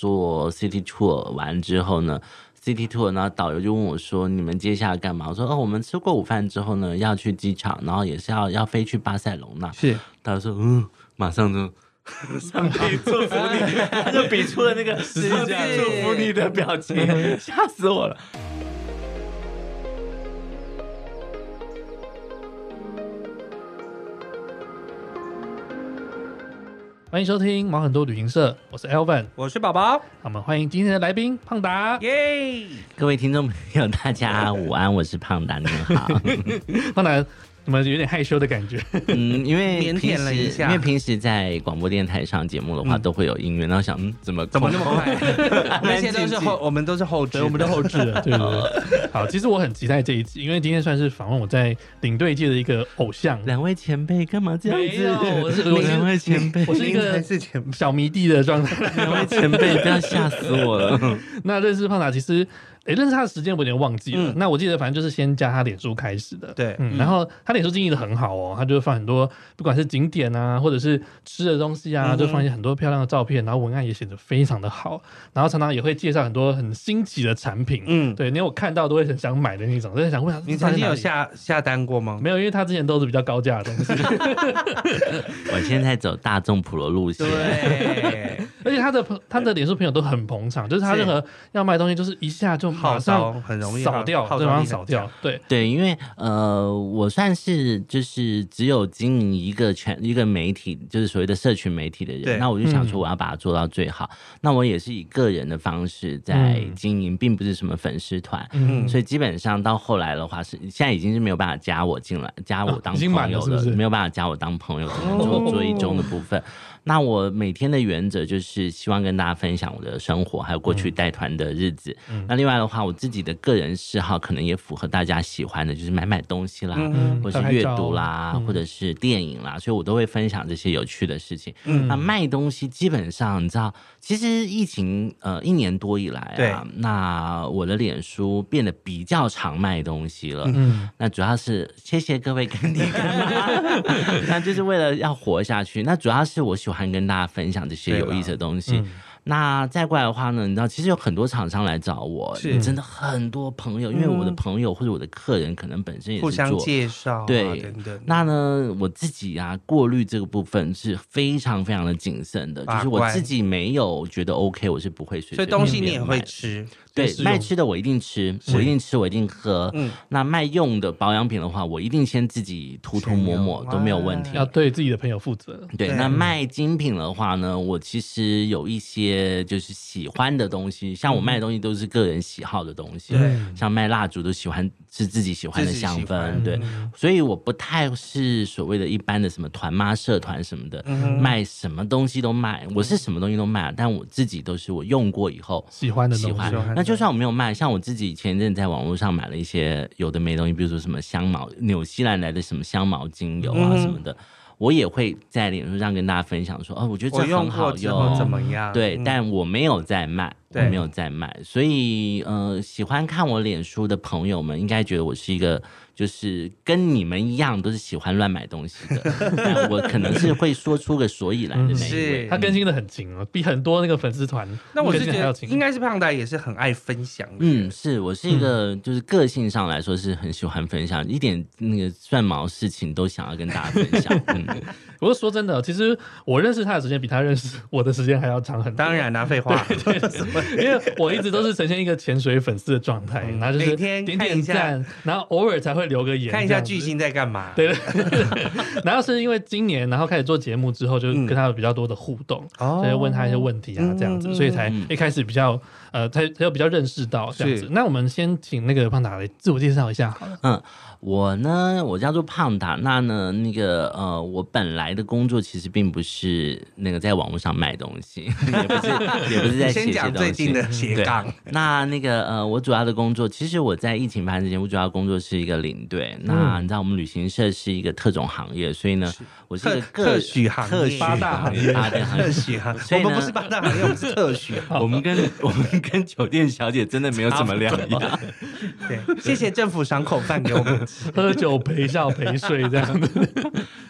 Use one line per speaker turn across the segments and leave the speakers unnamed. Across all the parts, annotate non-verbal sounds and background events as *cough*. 做 City Tour 完之后呢，City Tour 呢导游就问我说：“你们接下来干嘛？”我说：“哦，我们吃过午饭之后呢，要去机场，然后也是要要飞去巴塞隆纳。
是”
导游说：“嗯，马上就。”上帝祝
*laughs*
福你， *laughs* 他就比出了那个上帝祝福你的表情，
嗯
*laughs* 吓死我了。
欢迎收听毛很多旅行社，我是 Elvin，
我是宝宝，
我们欢迎今天的来宾胖达。
*laughs* 耶！
各位听众朋友，大家午安，我是胖达，你们 *laughs* 好。
胖达怎么有点害羞的感觉？
嗯，因为
腼腆
平时
了一下
因为平时在广播电台上节目的话，都会有音乐，然后想，嗯，怎么
怎么那
空
么快？ *laughs* 那些都是后，我们都是后置
对，我们都后置啊了，对对对。 *laughs* 好，其实我很期待这一集，因为今天算是访问我在领队界的一个偶像，
两位前辈干嘛这样
没有
子？
我是我是
两位前辈
我，是一
您
个
才 *laughs* 是前辈
小迷弟的状态。
两位前辈，不要吓死我
*laughs*
了。
那认识胖达，其实诶、认识他的时间我有点忘记了。
嗯
那我记得反正就是先加他脸书开始的，
对
嗯，然后他脸书经营的很好哦，他就放很多不管是景点啊，或者是吃的东西啊，
嗯哼
就放一些很多漂亮的照片，然后文案也写的非常的好，然后常常也会介绍很多很新奇的产品，
嗯
对，连我看到都会很想买的那种，真的想问他，
你
这到
曾
底
经
哪
有
里
下下单过吗？
没有？因为他之前都是比较高价的东
*laughs*
西，
我现在走大众普罗路线，
对，
而且他的朋他的脸书朋友都很捧场，就是他
是
任何要卖东西，就是一下就马
号
上
召很容易
扫掉，
号
对，马
召
上
力
扫
很
掉
强。，
对，
对，因为呃，我算是就是只有经营一个全一个媒体，就是所谓的社群媒体的
对
人，那我就
嗯
想说我要把它做到最好。那我也是以个人的方式在
嗯
经营，并不是什么粉丝团，
嗯，
所以基本上到后来的话是，现在已经是没有办法加我进来，加我当
啊已经
朋
满了
友
是不哦是
没有办法加我当朋友，只能做追踪的部分。那我每天的原则就是希望跟大家分享我的生活，还有过去带团的日子。
嗯
那另外的话，我自己的个人嗜好可能也符合大家喜欢的，就是买买东西啦，
嗯
或者是阅读啦，或者是电影啦，所以我都会分享这些有趣的事情。
嗯
那卖东西基本上你知道，其实疫情呃一年多以来
对
啊，那我的脸书变得比较常卖东西了。
嗯，
那主要是谢谢各位跟你干妈，
*laughs*
*laughs* 那就是为了要活下去。那主要是我喜欢跟大家分享这些
对
有
啦嗯
意思的东西。那再过来的话呢，你知道，其实有很多厂商来找我，
是嗯
真的很多朋友，因为我的朋友或者我的客人可能本身也
*laughs* 互
是
相
做
介绍啊，
对
等等。
那呢，我自己啊，过滤这个部分是非常非常的谨慎的，就
把
是我
关
自己没有觉得 OK，我是不会随
所
随
以东西
便
你
便
也会
买的
吃，
对
就是
卖
用
吃的我一定吃，我一定吃，我一定喝。
嗯
那卖用的保养品的话，我一定先自己涂涂抹抹
先用
都没有问题
哇。
要对自己的朋友负责。
对，
对
那卖精品的话呢，我其实有一些就是喜欢的东西，像我卖的东西都是个人喜好的东西，
嗯对
像卖蜡烛都喜欢是自己喜欢的
自己喜
香氛，
欢嗯
对，
嗯
所以我不太是所谓的一般的什么团妈社团什么的，
嗯
卖什么东西都卖，我是什么东西都卖，但我自己都是我用过以后
喜欢的
喜
东
欢
西，
欢。
那就算我没有卖，像我自己前一阵在网络上买了一些有的没东西，比如说什么香茅，纽西兰来的什么香茅精油啊
嗯
什么的，我也会在脸书上跟大家分享说，哦，我觉得
我
这很
用过
好
之后怎
用。
么样？
对，
嗯
但我没有在卖，我
对
没有在卖，所以呃，喜欢看我脸书的朋友们应该觉得我是一个，就是跟你们一样都是喜欢乱买东西
*laughs*
的，但我可能是会说出个所以然的那一位
是。
他更新的很勤哦，比很多那个粉丝团，
那我
更
是
新
觉
得还要
得
勤。
应该是胖达也是很爱分享的人
嗯，，是我是一个，就是个性上来说是很喜欢分享，一点那个蒜毛事情都想要跟大家分享。
*laughs*
嗯，
我是说真的，其实我认识他的时间比他认识我的时间还要长很多。
当， *laughs* 然啦，废话，
因为我一直都是呈现一个潜水粉丝的状态，
嗯
然后就是
每天
点
看
点
一下
赞，然后偶尔才会留个言，
看一下
这
巨
样子
星在干嘛。
对 *laughs* 对，然后是因为今年，然后开始做节目之后，就
嗯
跟他有比较多的互动，
哦嗯
所以问他一些问题啊，这样子，所以才一开始比较呃，才才有比较认识到这样子
是。
那我们先请那个胖达来自我介绍一下好了。
我呢，我叫做胖达，那呢，那个呃，我本来的工作其实并不是那个在网络上卖东西， *laughs* 也不是也不是在写
先
写
讲
东西
最近。的斜杠，
那那个呃，我主要的工作，其实我在疫情发生之前，我主要工作是一个领队。
嗯
那你知道，我们旅行社是一个特种行业，所以呢，我是一
特
个
特
个
许行
特
业，
许
八大行业
八大行业
特。许行
*laughs* 所以
业，
呢
我们不是八大行业，我们是特许
*laughs*
行
我们跟我们跟酒店小姐真的没有什么两样。
业。对，谢谢政府赏口饭给我们吃。
喝酒陪笑陪睡这样子，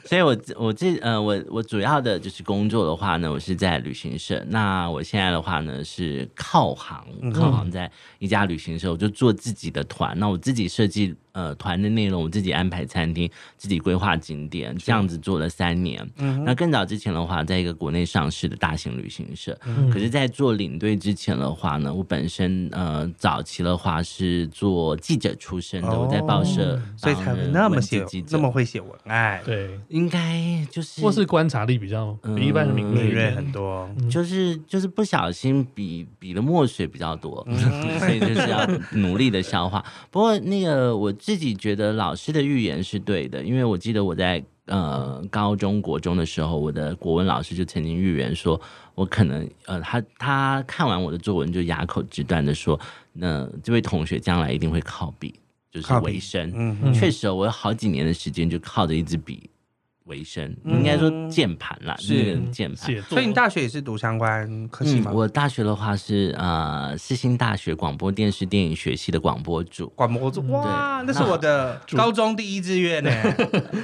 所以我我这呃我我主要的就是工作的话呢，我是在旅行社。那我现在的话呢是靠行，
嗯
靠行在一家旅行社，我就做自己的团。那我自己设计呃团的内容，我自己安排餐厅，自己规划景点，这样子做了三年。
嗯
那更早之前的话，在一个国内上市的大型旅行社。
嗯
可是，在做领队之前的话呢，我本身呃早期的话是做记者出身的，我在报社
哦所以
当
才会
人
那么
文字
写
记，者
那么会写文案，
对，
应该就是
或是观察力比较比一般人敏锐
敏
一
锐
点
很多。
就是就是不小心比比的墨水比较多，
嗯
*laughs* 所以就是要努力的消化。不过那个我自己觉得老师的预言是对的，因为我记得我在呃高中国中的时候，我的国文老师就曾经预言说，我可能呃他他看完我的作文就哑口直断的说，那、这位同学将来一定会靠笔，就是
靠笔
为生。
嗯
嗯
确实哦，我有好几年的时间就靠着一支笔为生，应该说键盘啦，
嗯是
那个键盘。
嗯写作，
所以你大学也是读相关科系吗？，
嗯我大学的话是呃世新大学广播电视电影学系的广播组
广播组哇，
嗯
那
对
是我的高中第一志
*laughs*
愿呢。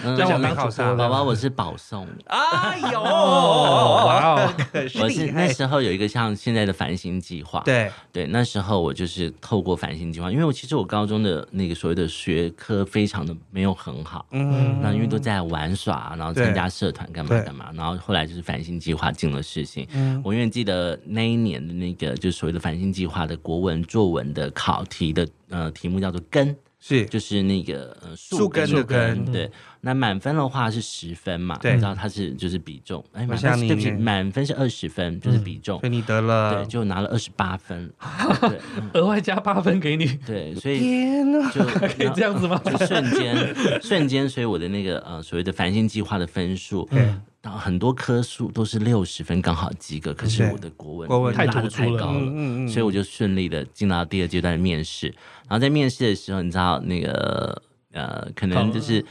嗯
让我
当
没考
主播
上
宝宝我是保送的。
哎
*laughs*
呦，
哇哦
可 *laughs* 是
我
*laughs* 厉
是那
害。
时候有一个像现在的繁星计划，
对，
对，那时候我就是透过繁星计划，因为我其实我高中的那个所谓的学科非常的没有很好，
嗯，
那因为都在玩耍，啊然后参加社团干嘛
对
干嘛，然后后来就是繁星计划进了世新。
嗯
我永远记得那一年的那个就是所谓的繁星计划的国文作文的考题的呃题目叫做根，
是
就是那个呃
树根的根
对，那满分的话是十分嘛，
对
你知道它是就是比重，哎，满
像
分
你嗯
是对不起，满分是二十分，就是比重
所以，你得了
对，。就拿了二十八分，对
额外加八分给
*laughs*
你，
对，所以
天呐，
就
啊可以这样子吗？
啊就瞬间瞬间，所以我的那个呃所谓的繁星计划的分数，嗯，很多科数都是六十分刚好及格，可是
对
我的国文
国文
拉
太
得
突
太
出了
高了，
嗯嗯嗯
所以我就顺利的进到第二阶段的面试。然后在面试的时候，你知道那个呃，可能就是。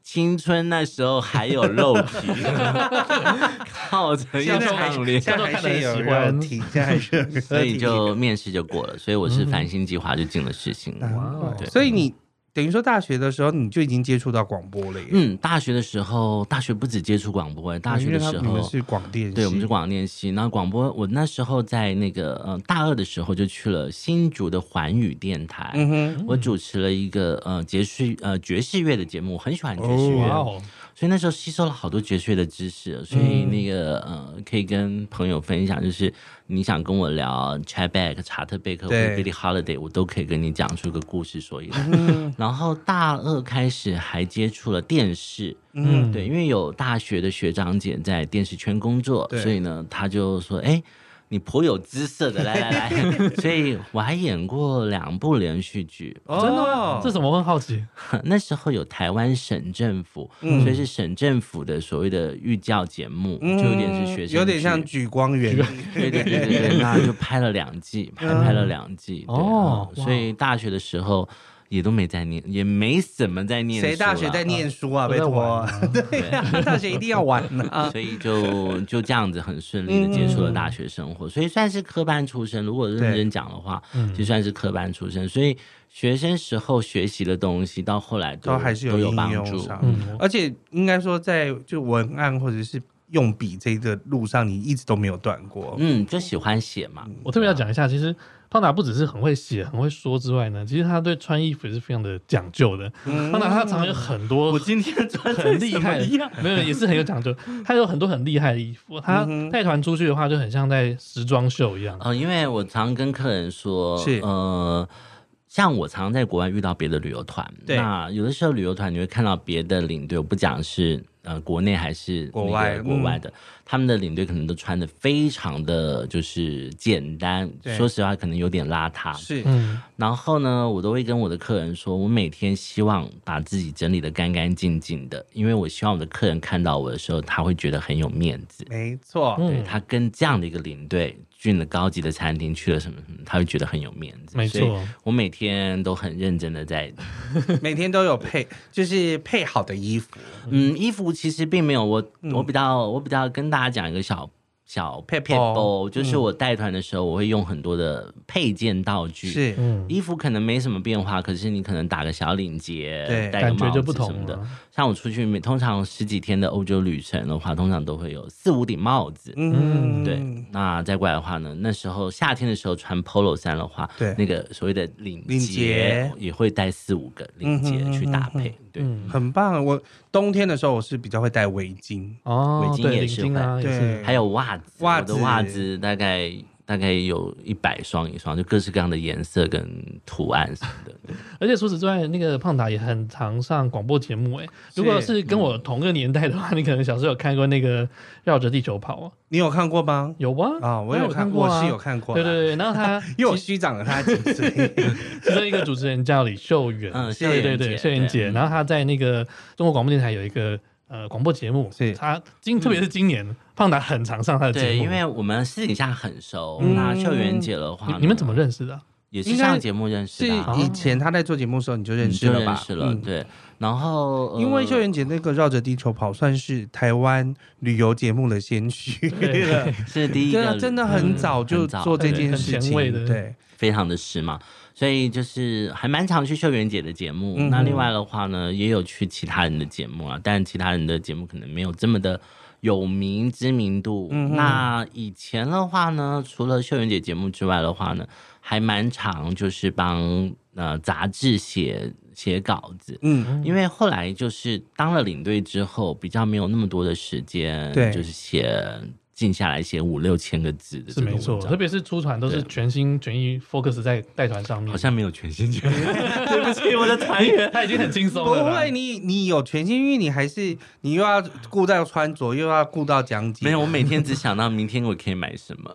青春那时候还有肉体，靠着一
现在还
张
现
脸，
在还是有
现在看
肉
得很
体，现在还是有肉体嗯
所以就面试就过了。所以我是繁星计划就进了世新。
哇哦，
对
所以你等于说大学的时候你就已经接触到广播了耶。
嗯，大学的时候，大学不止接触广播、欸，大学的时
嗯因为他你们
候，
是广电系，
对，我们是广电系。那广播，我那时候在那个呃大二的时候就去了新竹的环宇电台，
嗯哼，
我主持了一个呃爵士呃爵士乐的节目，我很喜欢爵士乐，
哇哦，
所以那时候吸收了好多爵士乐的知识，所以
嗯
那个、呃可以跟朋友分享，就是你想跟我聊 c h a b a c k 查特贝克或者
对
Billy Holiday，我都可以跟你讲出个故事所以然。
嗯
*laughs* 然后大二开始还接触了电视，嗯，对，因为有大学的学长姐在电视圈工作，
对
所以呢，他就说，哎。你颇有姿色的，来来来， *laughs* 所以我还演过两部连续剧，
哦
真的吗？这怎么会好奇？
那时候有台湾省政府，
嗯
所以是省政府的所谓的寓教节目，就有点是学生，
嗯有点像，举光源，
对对对对
*laughs*
对，那就拍了两季，拍拍
嗯
了两季，对
哦
嗯所以大学的时候也都没在念，也没怎么在念，
谁大学在？念书啊？
都
拜
在
托
玩，
*laughs* 对呀，大学一定要玩
*laughs*
啊。
所以就就这样子很顺利
嗯
的结束了大学生活，所以算是科班出身。如果认真讲的话，就算是科班出身。所以学生时候学习的东西，到后来都
都还是有
都有
应
帮
用
助。
上
嗯，
而且应该说，在就文案或者是用笔这个路上，你一直都没有断过。
嗯，就喜欢写嘛。
我特别要讲一下，其实胖达不只是很会写、很会说之外呢，其实他对穿衣服也是非常的讲究的。胖达他常常有很多
我今天
*laughs*
*laughs* 穿
很厉害的，没有也是很有讲究。他有很多很厉害的衣服，他带团出去的话，就很像在时装秀一样。
呃，因为我常跟客人说，
是
呃，像我常在国外遇到别的旅游团，
对
那有的时候旅游团你会看到别的领队，我不讲是呃国内还是
国
那个
外
国
嗯
外的，他们的领队可能都穿的非常的就是简单，
对
说实话可能有点邋遢，
是
嗯，
然后呢，我都会跟我的客人说，我每天希望把自己整理的干干净净的，因为我希望我的客人看到我的时候，他会觉得很有面子。
没错，
嗯
对他跟这样的一个领队进了高级的餐厅，去了什么什么，他会觉得很有面子。
没错
所以我每天都很认真的在，
每天都有配，就是配好的衣服。
嗯
嗯，衣服其实并没有我，我比较我比较跟大家讲一个小小 p e p
嗯
包
就是我带团的时候，我会用很多的配件道具。
是
嗯，
衣服可能没什么变化，可是你可能打个小领结
对，
戴个
感
帽
觉
子
就不
什么
同
的。
了。
像我出去，每通常十几天的欧洲旅程的话，通常都会有四五顶帽子。
嗯，
对，那再过来的话呢，那时候夏天的时候穿 polo 衫的话，
对
那个所谓的领
领结
也会带四五个领结
嗯哼
去搭配。对，
嗯，
很棒。我冬天的时候我是比较会戴围巾，
哦，
围巾
对，
也
领
是
巾啊，也
对
是，
还有袜子，
袜
我的
子
袜子大概大概有一百双以上，就各式各样的颜色跟图案什么的。对
而且除此之外，那个胖达也很常上广播节目。哎，如果是跟我同个年代的话，你 *laughs* 可能小时候有看过那个《绕着地球跑》啊，
你有看过吗？
有啊，
啊，我
当然
有
有
看，
过
我
啊，
是有看过，
对对，对，然后他
因为我虚长了他几
*laughs*
岁，
其中一个主持人叫李秀
*laughs*
媛，
嗯，
谢
对
谢
对对，秀媛姐，然后她在那个中国广播电台有一个呃广播节目，
是
她今特别是今年胖达很常上她的节目，
对，因为我们私底下很熟。
嗯
那秀媛姐的话
你
呢，
你们怎么认识的啊？
也是
应该
上节目认识
是
的
哦
啊、
以前他在做节目的时候你就认
你
识
就
了
认
吧？
识了，
嗯。
对。然后、呃
因为秀媛姐那个绕着地球跑算是台湾旅游节目的
*laughs*
先驱
对
了，
*laughs* 是第一
真
个，
啊的真的很早就
很早
做这
对
件
很
事
前
情，
卫的
对，
非常的时髦，所以就是还蛮常去秀媛姐的节目。
嗯
那另外的话呢，也有去其他人的节目啊，但其他人的节目可能没有这么的有名知名度。
嗯哼
那以前的话呢，除了秀媛姐节目之外的话呢，还蛮常就是帮呃杂志写写稿子。
嗯，
因为后来就是当了领队之后，比较没有那么多的时间，
对
就是写静下来写五六千个字的
是
这个
没
文
错，
章
特别是出团都是全心全意 focus 在带团上
*laughs*
面，
好像没有全心全意，对不起，我的团员。
*laughs* 他已经很轻松
不
了啦。
会，你你有全心，因为你还是你又要顾到穿着，又要顾到讲解，
没有，我每天只想到明天我可以买什么。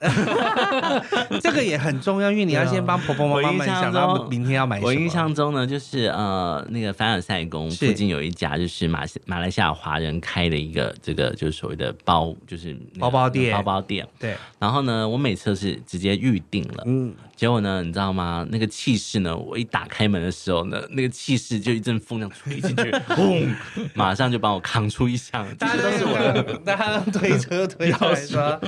*laughs* 这个也很重要，因为你要先帮婆婆妈
*laughs*
妈们想到明天要买什么。
我印象中呢，就是呃，那个凡尔赛宫
是
附近有一家就是马马来西亚华人开的一个这个就是所谓的包，就是那个
包包店
包包店。
对，
然后呢，我每次都是直接预定了，
嗯，
结果呢，你知道吗？那个气势呢，我一打开门的时候呢，那个气势就一阵风这样吹进
*laughs*
去，轰，马上就帮我扛出一箱，这
大
些
家
都
都
是
是
我的。
我，大家都推车推出
*laughs*
来说，啊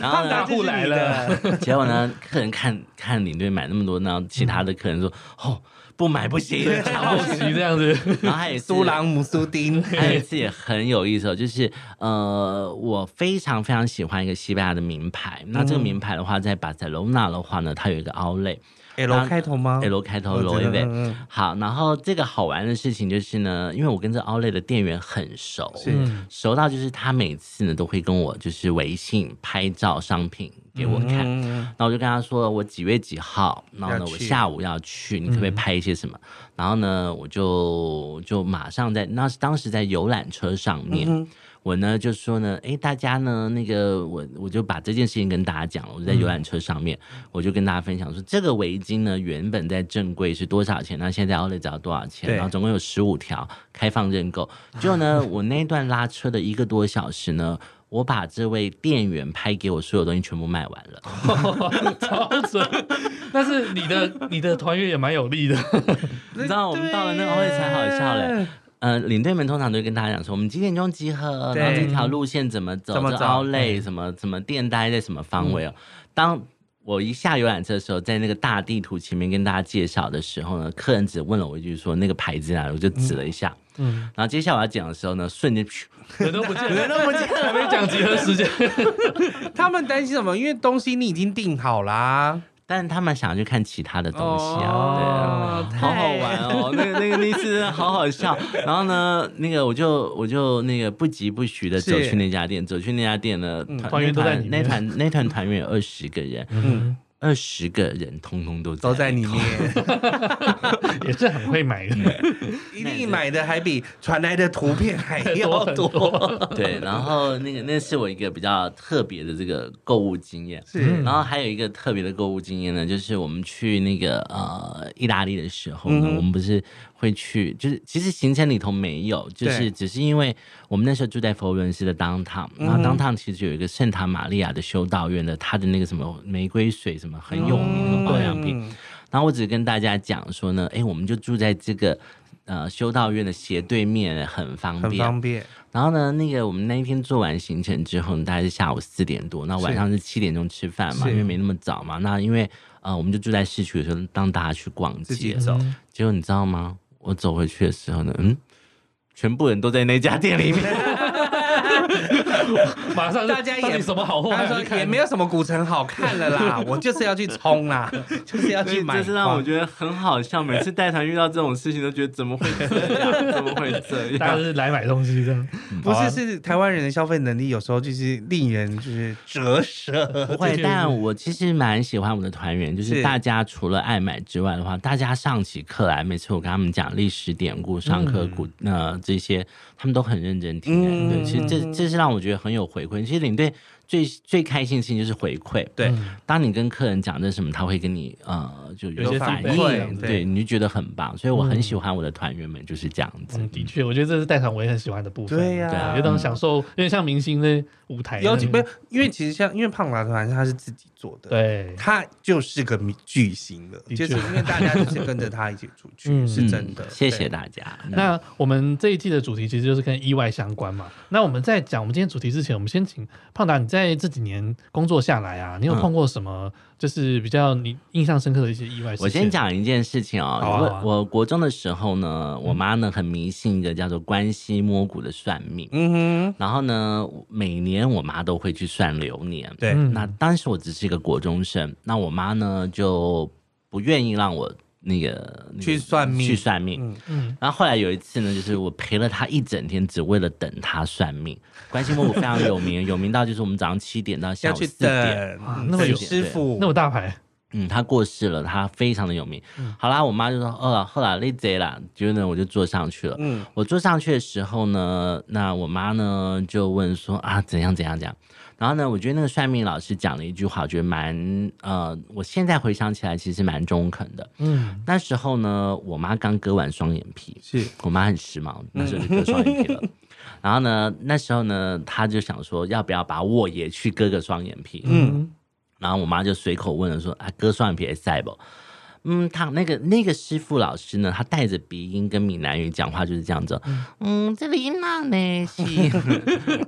然后呢
大，户来了，
结果呢，客人看看领队买那么多，然后其他的客人说：“哦，不买不行。
好
*laughs*
奇这样子， *laughs*
然后还有一次
苏，朗姆苏
*laughs*
丁，
还有一次也很有意思，哦，就是呃，我非常非常喜欢一个西班牙的名牌。那这个名牌的话，在巴塞罗那的话呢，它有一个 Outlet
L 哎开头吗
L 开头
啊我
l
知道
o v
嗯嗯
好，然后这个好玩的事情就是呢，因为我跟这 Outlet 的店员很熟，
是
嗯
熟到就是他每次呢都会跟我就是微信拍照商品给我看。
嗯，
然后我就跟他说我几月几号，然后呢
要去嗯
我下午要去，你可不可以拍一些什么？然后呢我就就马上在那当时在游览车上面，
嗯
我呢就说呢，诶，大家呢那个我我就把这件事情跟大家讲了，我就在游览车上面，
嗯
我就跟大家分享说这个围巾呢原本在正柜是多少钱，那现在 outlet 只要多少钱，
对
然后总共有十五条开放认购。结果
*laughs*
呢我那一段拉车的一个多小时呢。我把这位店员拍给我所有东西全部卖完了，
超准。但是你的你的团员也蛮有力的，
你知道我们到了那个 outlet 才好笑嘞。呃，领队们通常都会跟大家讲说，我们几点钟集合，
对
然后这条路线怎么走，
怎么
这
走嗯
outlet 什么什么店待在什么方位哦。当我一下游览车的时候，在那个大地图前面跟大家介绍的时候呢，客人只问了我一句说那个牌子哪里，我就指了一下。
嗯，
然后接下来我要讲的时候呢，瞬间噗
人都不见了，
人都不见
还没讲集合时间， *laughs*
他们担心什么？因为东西你已经订好啦，
但是他们想要去看其他的东西啊，
哦
对啊，好好玩哦，那个那个那次真的好好
*laughs*
笑。然后呢，那个我就我就那个不疾不徐的
是
走去那家店，走去那家店呢，
嗯团员都在里面
那团那团团员有二十个人，
嗯，
二十个人通通都
都在
*laughs*
里面，
也是很会买的。
一定买的还比传来的图片还要
*laughs*
多
多，
对，然后那个那是我一个比较特别的这个购物经验。
是
然后还有一个特别的购物经验呢，就是我们去那个呃意大利的时候呢，
嗯哼
我们不是会去，就是其实行程里头没有，就是
对嗯
只是因为我们那时候住在佛罗伦斯的 downtown，、然后 downtown 其实有一个圣塔玛利亚的修道院的，它的那个什么玫瑰水什么很有名的保养品，
嗯
然后我只跟大家讲说呢，哎，我们就住在这个呃修道院的斜对面，很方
很
便。
方便。
然后呢，那个我们那一天做完行程之后，大概是下午四点多，那晚上是七点钟吃饭嘛，
是
因为没那么早嘛。那因为呃，我们就住在市区的时候，让大家去逛街。
自己走
结果你知道吗？我走回去的时候呢，嗯，全部人都在那家店里面。
马上就
大家也
到底什么好货
他
还要
说
去看，
也没有什么古城好看了 *laughs* 啦，我就是要去冲 *laughs* 啦，就是要
所
*laughs* 去
以
买。
这是让我觉得很好笑，每次带团遇到这种事情，都觉得怎么会这样？怎么会这
大家
样？
是来买东西这样。
不
好啊
是是台湾人的消费能力有时候就是令人就是折舌。
不会，但我其实蛮喜欢我的团员，就是
是
大家除了爱买之外的话，大家上起课来，每次我跟他们讲历史典故、上课古、呃这些，他们都很认真听、欸
嗯
对，其实这这是让我觉得很有回馈。其实领队最最开心的事情就是回馈，
对，
嗯
当你跟客人讲这什么，他会跟你呃就有
有
些
些
反
feedback 这样
应，
子
对，你就觉得很棒。所以我很喜欢我的团员们就是这样子。
嗯，的确，我觉得这是带团我也很喜欢的部分。
对呀
对啊
有种享受，有点像明星的舞台的那
尤
种。
其不是因为其实像因为胖达团他是自己做的，
对，
他就是个明巨星了，
的
就
确
是因为大家就是跟着他一起出去，
嗯
是真的
嗯。谢谢
对。
大家。嗯
那我们这一季的主题其实就是跟意外相关嘛。那我们在讲我们今天主题之前，我们先请胖达，你在这几年工作下来啊，你有
嗯
碰过什么就是比较你印象深刻的一些意外事
我
件？
先讲一件事情哦，
好啊好啊
我我国中的时候呢，
嗯
我妈呢很迷信一个叫做关西摸骨的算命，
嗯
然后呢，每年我妈都会去算流年。
对
嗯
那当时我只是一个国中生，那我妈呢就不愿意让我那个那个
去算命
去算命。
嗯
嗯，
然后后来有一次呢，就是我陪了他一整天，只为了等他算命。关心摸骨非常有名，有名到就是我们早上七点到
要
下午
去
四
等
点。
哇
嗯
那么有
师傅，
那么大牌，
嗯，他过世了，他非常的有名。好啦，我妈就说：“哦，后来累贼啦。”结果呢，我就坐上去了。
嗯，
我坐上去的时候呢，那我妈呢就问说：“啊，怎样怎样怎样？”然后呢，我觉得那个算命老师讲了一句话，我觉得蛮呃，我现在回想起来其实蛮中肯的。
嗯，
那时候呢，我妈刚割完双眼皮，
是
我妈很时髦，那时候就割双眼皮
*laughs*
了。然后呢，那时候呢，她就想说要不要把我也去割个双眼皮。
嗯
然后我妈就随口问了说：“啊，割双眼皮赛不？”嗯，他那个那个师傅老师呢，他带着鼻音跟闽南语讲话就是这样子。嗯，这里那呢
*laughs*
是，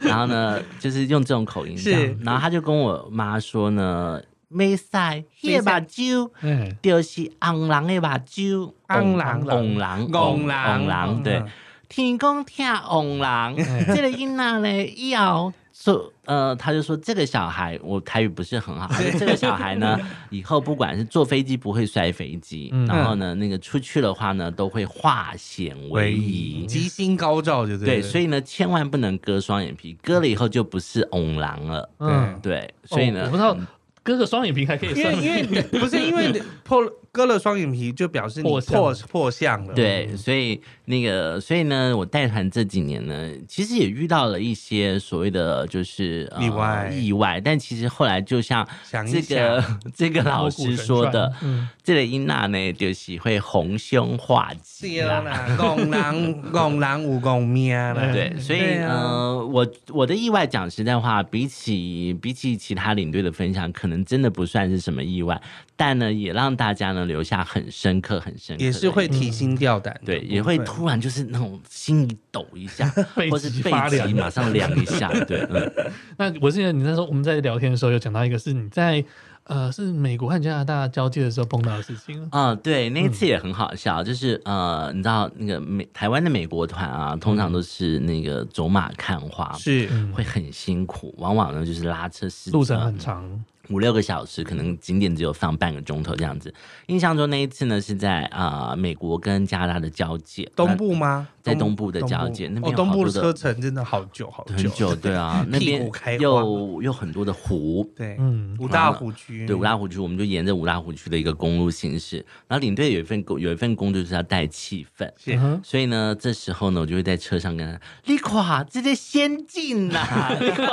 然后呢就是用这种口音
是
这样，然后他就跟我妈说呢，没赛，夜把酒。
哎，
就是红人的目睭，
红人
红人，
红
红
人
人，哎
嗯
对，天公听红人，这个囡仔呢以后说，呃，他就说这个小孩，我台语不是 *laughs* 很好，他说这个小孩呢，以后不管是坐飞机不会摔飞机，
嗯
然后呢，那个出去的话呢，都会化险为夷。
吉星高照，就
对，所
以
以呢，千万不能割双眼皮，割了以后就不是红狼了。
嗯，
对，所以
哦
呢，嗯
我不知道割个双眼皮还可以
因为
算
因为不是因为破了割了双眼皮，就表示你
破
破
相
破相了。，
对，所以那个，所以呢，我带团这几年呢，其实也遇到了一些所谓的就是、呃
意外
意外，但其实后来就像
想一
这个
*laughs*
这个老师说的，
嗯，
这个英娜呢，就是会逢凶化吉
对
啦。
啦，公狼公狼五公命啦，
对，所以、
*laughs* 对啊
呃，我我的意外讲实在话，比起比起其他领队的分享，可能真的不算是什么意外，但呢，也让大家呢留下很深刻、很深刻的印
也
象，
是会提心吊胆的部分，
对，也会突然就是那种心里抖一
*laughs*
下
背，
或是
脊
背
发
脊
凉
马上凉一下，对，嗯，
那我记得你那时候我们在聊天的时候有讲到一个是你在呃是美国和加拿大交界的时候碰到的事情。
啊、对，那一
嗯
次也很好笑，就是呃，你知道那个美台湾的美国团啊，通常都是那个走马看花，
嗯是
会很辛苦，往往呢就是拉车司
嗯路
机
程
啊
很长，
五六个小时，可能景点只有放半个钟头这样子。印象中那一次呢是在啊、呃美国跟加拿大的交界，呃
东部吗？
在东部的交界那边
哦，
有
东部
好
的
多的
车程真的好久好
那很久，对啊，那
*laughs* 屁股
边
开花
又又很多的湖，
对，
嗯
五大湖区，
对，五大湖区，我们就沿着五大湖区的一个公路行驶。然后领队有一份工，有一份工作就是要带气氛。
是
嗯哼
所以呢，这时候呢，我就会在车上跟他：“你垮，这些先进呐、你看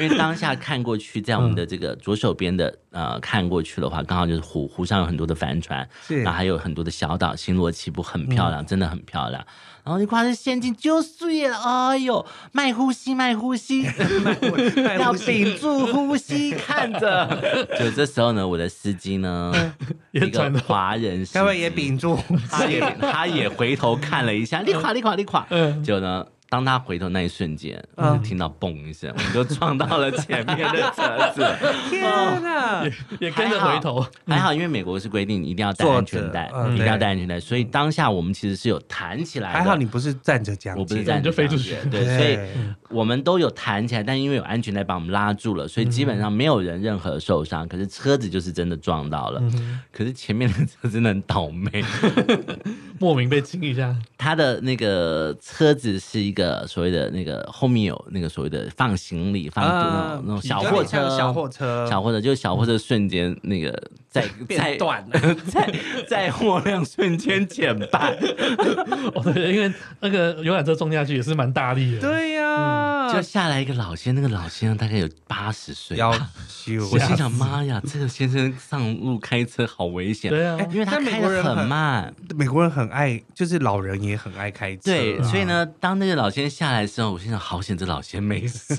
因为当下看过去，在我们的这个左手边的呃看过去的话，刚好就是湖湖上有很多的帆船，
是
然后还有很多的小岛，星罗棋布很漂亮，真的很漂亮。然后你光是陷进就碎了，哎呦，慢呼吸，慢呼吸，
*laughs*
要屏住呼吸，看着。 *laughs* 就这时候呢，我的司机呢，
也
*laughs* 一个
转头
华人司机，
该不会也屏住？
他也他也回头看了一下，立垮立垮立垮。
*laughs* 嗯
结果呢，当他回头那一瞬间，我
嗯
就听到嘣一声，我们就撞到了前面的车子。
天哪！
也跟着回头，
还好，因为美国是规定你一定要戴
坐着
安全带，
嗯
你一定要
对
戴安全带，所以当下我们其实是有弹起来的。
还好你不是站着讲解，
我不是
这
在
样就飞出去
对，
对
所以我们都有弹起来，但因为有安全带把我们拉住了，所以基本上没有人任何受伤。可是车子就是真的撞到
嗯
了，
嗯
可是前面的车真的很倒霉，
莫名被亲一下，
他的那个车子是一个所谓的那个后面有那个所谓的放行李放那种那种小
有
货
点像
车，啊
小货车，
小货车就是小货车瞬间那个在在
变短了。
在 *laughs* 在货量瞬间减半，
哦对，因为那个游览车撞下去也是蛮大力的，
对呀，
嗯就下来一个老先生，那个老先生大概有八十岁吧。
要修。
我心想，妈呀，这个先生上路开车好危险，
对啊，
因为他
哎但美
开
国
的
人很
慢。
美国人很爱，就是老人也很爱开车。
对，所以呢，当那个老先生下来的时候，我心想，好险，这老先生没 *laughs* 事。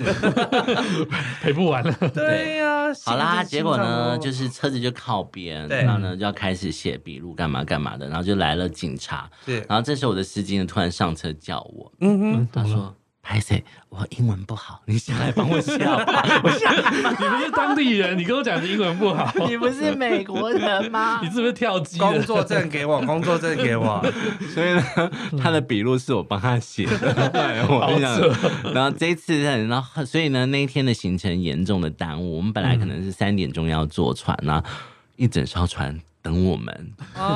赔不完了，
对呀、
好啦，
心
结
脏
果呢，
哦
就是车子就靠边，
对
然后呢就要开始写笔录，干嘛干嘛的，然后就来了警察，
是
然后这时候我的司机呢突然上车叫我，
嗯哼，
他说。拍谁？我英文不好，你下来帮我写好不
*laughs*
好？我下
你不是当地人，你跟我讲你英文不好，
你不是美国人吗
你？是不是跳机
工
了？
作
*laughs*
证给我，工作证给我。
所以呢，
嗯
他的笔录是我帮他写的，哎我跟你
好扯
讲。然后这一次，然后所以呢，那一天的行程严重的耽误。我们本来可能是三点钟要坐船然后一整艘船等我们，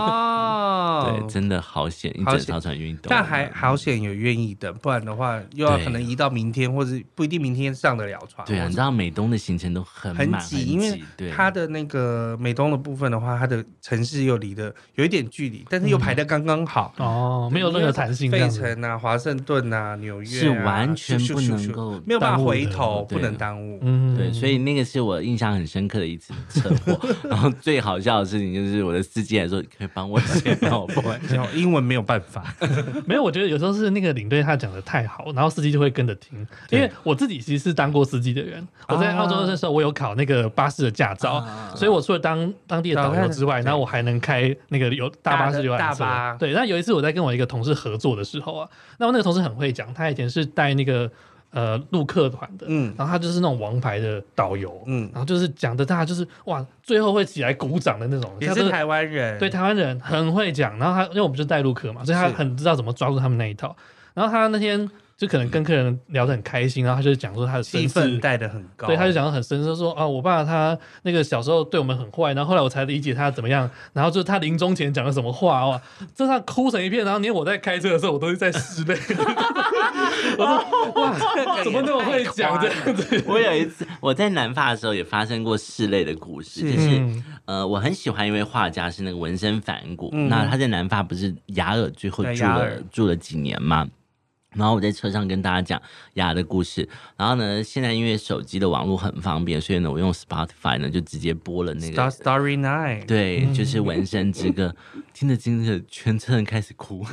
哦，
对，。真的好险，一
好
整
险
艘船运动。
但还好险有愿意的，不然的话又要
对
可能移到明天，或者不一定明天上得了船。
对啊，你知道美东的行程都很
很
满
挤，因为
对
它的那个美东的部分的话，它的城市又离得有一点距离，但
嗯
是又排得刚刚好，
哦，没有任何弹性，这
费
样子
城啊、华盛顿啊、纽约啊
是完全
咻咻
不
咻
能
咻
够
没有办法
耽误
回
的
头，
对
不能耽误。
嗯
对，所以那个是我印象很深刻的一次车
*laughs*
祸。然后最好笑的事情就是我的司机还说：“你可以帮我写吗？我不会。
没有英文没有办法，
*laughs* 没有，我觉得有时候是那个领队他讲的太好，然后司机就会跟着听。因为我自己其实是当过司机的人，
啊
我在澳洲的时候我有考那个巴士的驾照，所以我除了当当地的导游之外，然后我还能开那个有大巴士游览车。
大巴
对，那有一次我在跟我一个同事合作的时候啊，那我那个同事很会讲，他以前是带那个呃陆客团的，
嗯
然后他就是那种王牌的导游，
嗯，
然后就是讲的大家就是哇，最后会起来鼓掌的那种，
也
像这
是
个
台湾人，
对，台湾人很会讲，然后他因为我们是带路客嘛，所以他
是
很知道怎么抓住他们那一套。然后他那天就可能跟客人聊得很开心，然后他就讲说他的
气
身
氛
世，
带的很高，
对，他就讲得很深，就说啊，我爸他那个小时候对我们很坏，然后后来我才理解他怎么样，然后就是他临终前讲了什么话哇，这他哭成一片，然后连我在开车的时候，我都是在室
*laughs*
内，我说哇，怎么那么会讲这样子？”
*laughs* 我有一次我在南法的时候也发生过室内的故事，
是
就是、
嗯
呃，我很喜欢一位画家是那个文森反谷，那他在南法不是雅尔最后
嗯对
住
雅
了
尔
住了几年嘛？然后我在车上跟大家讲雅尔的故事，然后呢，现在因为手机的网络很方便，所以呢，我用 Spotify 呢就直接播了那个
Star 嗯 Starry Night，
对，就是《纹身之歌》听着听着，全车人开始哭。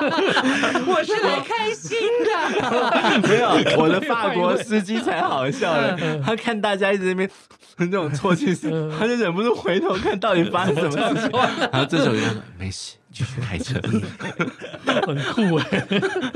我是来开心啊
*laughs*
的，
没
*laughs*
有，我的法国司机才好笑嘞，
嗯
他看大家一直在那边那种啜泣声，他就忍不住回头看到底发生什么
*laughs*
事情。然后这时候我就说没事，继续开车。
很酷哎。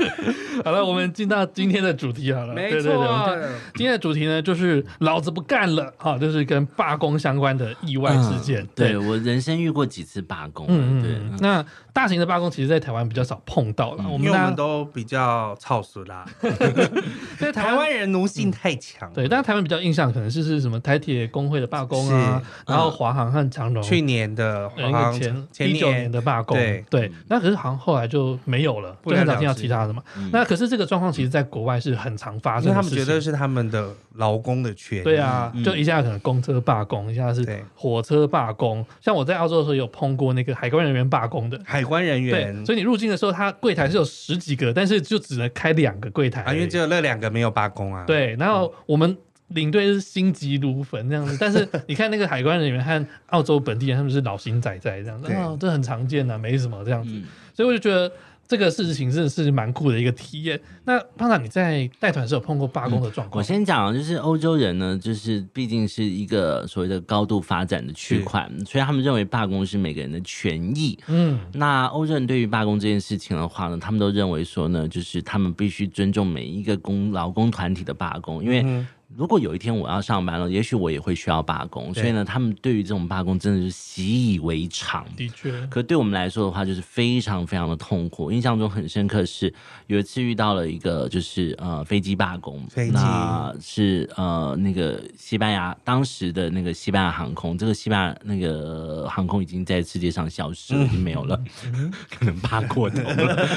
*laughs* 好了，我们进到今天的主题好了。
没
对对对我们
错
今今天的主题呢，就是老子不干了哈、就是跟罢工相关的意外事件。
嗯对。我人生遇过几次罢工，啊
嗯
对，嗯
嗯，那大型的罢工其实，在台湾比较少碰到了。我
因
们
为我
大
们
家
都比较操俗啦，
*laughs* 在台
台
湾嗯
湾人奴性太强，
对，但是台湾比较印象可能是是什么台铁工会的罢工啊，
嗯
然后华航和长荣
去年的
呃那
好
个
像
前
前
一九年的罢工，
对
嗯
那可是好像后来就没有了，
不
就
了
很少
了
听到
之
其他的嘛。
嗯
那可是这个状况，其实在国外是很常发
因
生的
为他
事
们
情。
觉得是他们的劳工的权益，
对啊，就一下可能公车罢工，一下是
对
火车罢工。像我在澳洲的时候有碰过那个海关人员罢工的，
海关人
对，
员
所以你入境的时候，他柜台是有十几个，但是就只能开两个柜台而
啊，
已，
因为只有那两个没有罢工啊，
对。然后我们领队是心急如焚这样子，但是你看那个海关人员和澳洲本地人，他们是老心仔仔这样子，
对
哦，这很常见啊，没什么这样子，所以我就觉得这个事情真的是蛮酷的一个体验。那胖达，你在带团的时候有碰过罢工的状
我
况？
先讲，就是欧洲人呢，就是毕竟是一个所谓的高度发展的区块，所以他们认为罢工是每个人的权益。
嗯，
那欧洲人对于罢工这件事情的话呢，他们都认为说呢，就是他们必须尊重每一个工劳工团体的罢工，因为
嗯
如果有一天我要上班了，也许我也会需要罢工，
对
所以呢，他们对于这种罢工真的是习以为常。
嗯
的确，
可对我们来说的话，就是非常非常的痛苦。印象中很深刻是有一次遇到了一个就是呃飞机罢工，
飞机
那是呃那个西班牙当时的那个西班牙航空，这个西班牙那个航空已经在世界上消失了，已经没有
*laughs*
了，
嗯
*laughs* 可能罢过头了。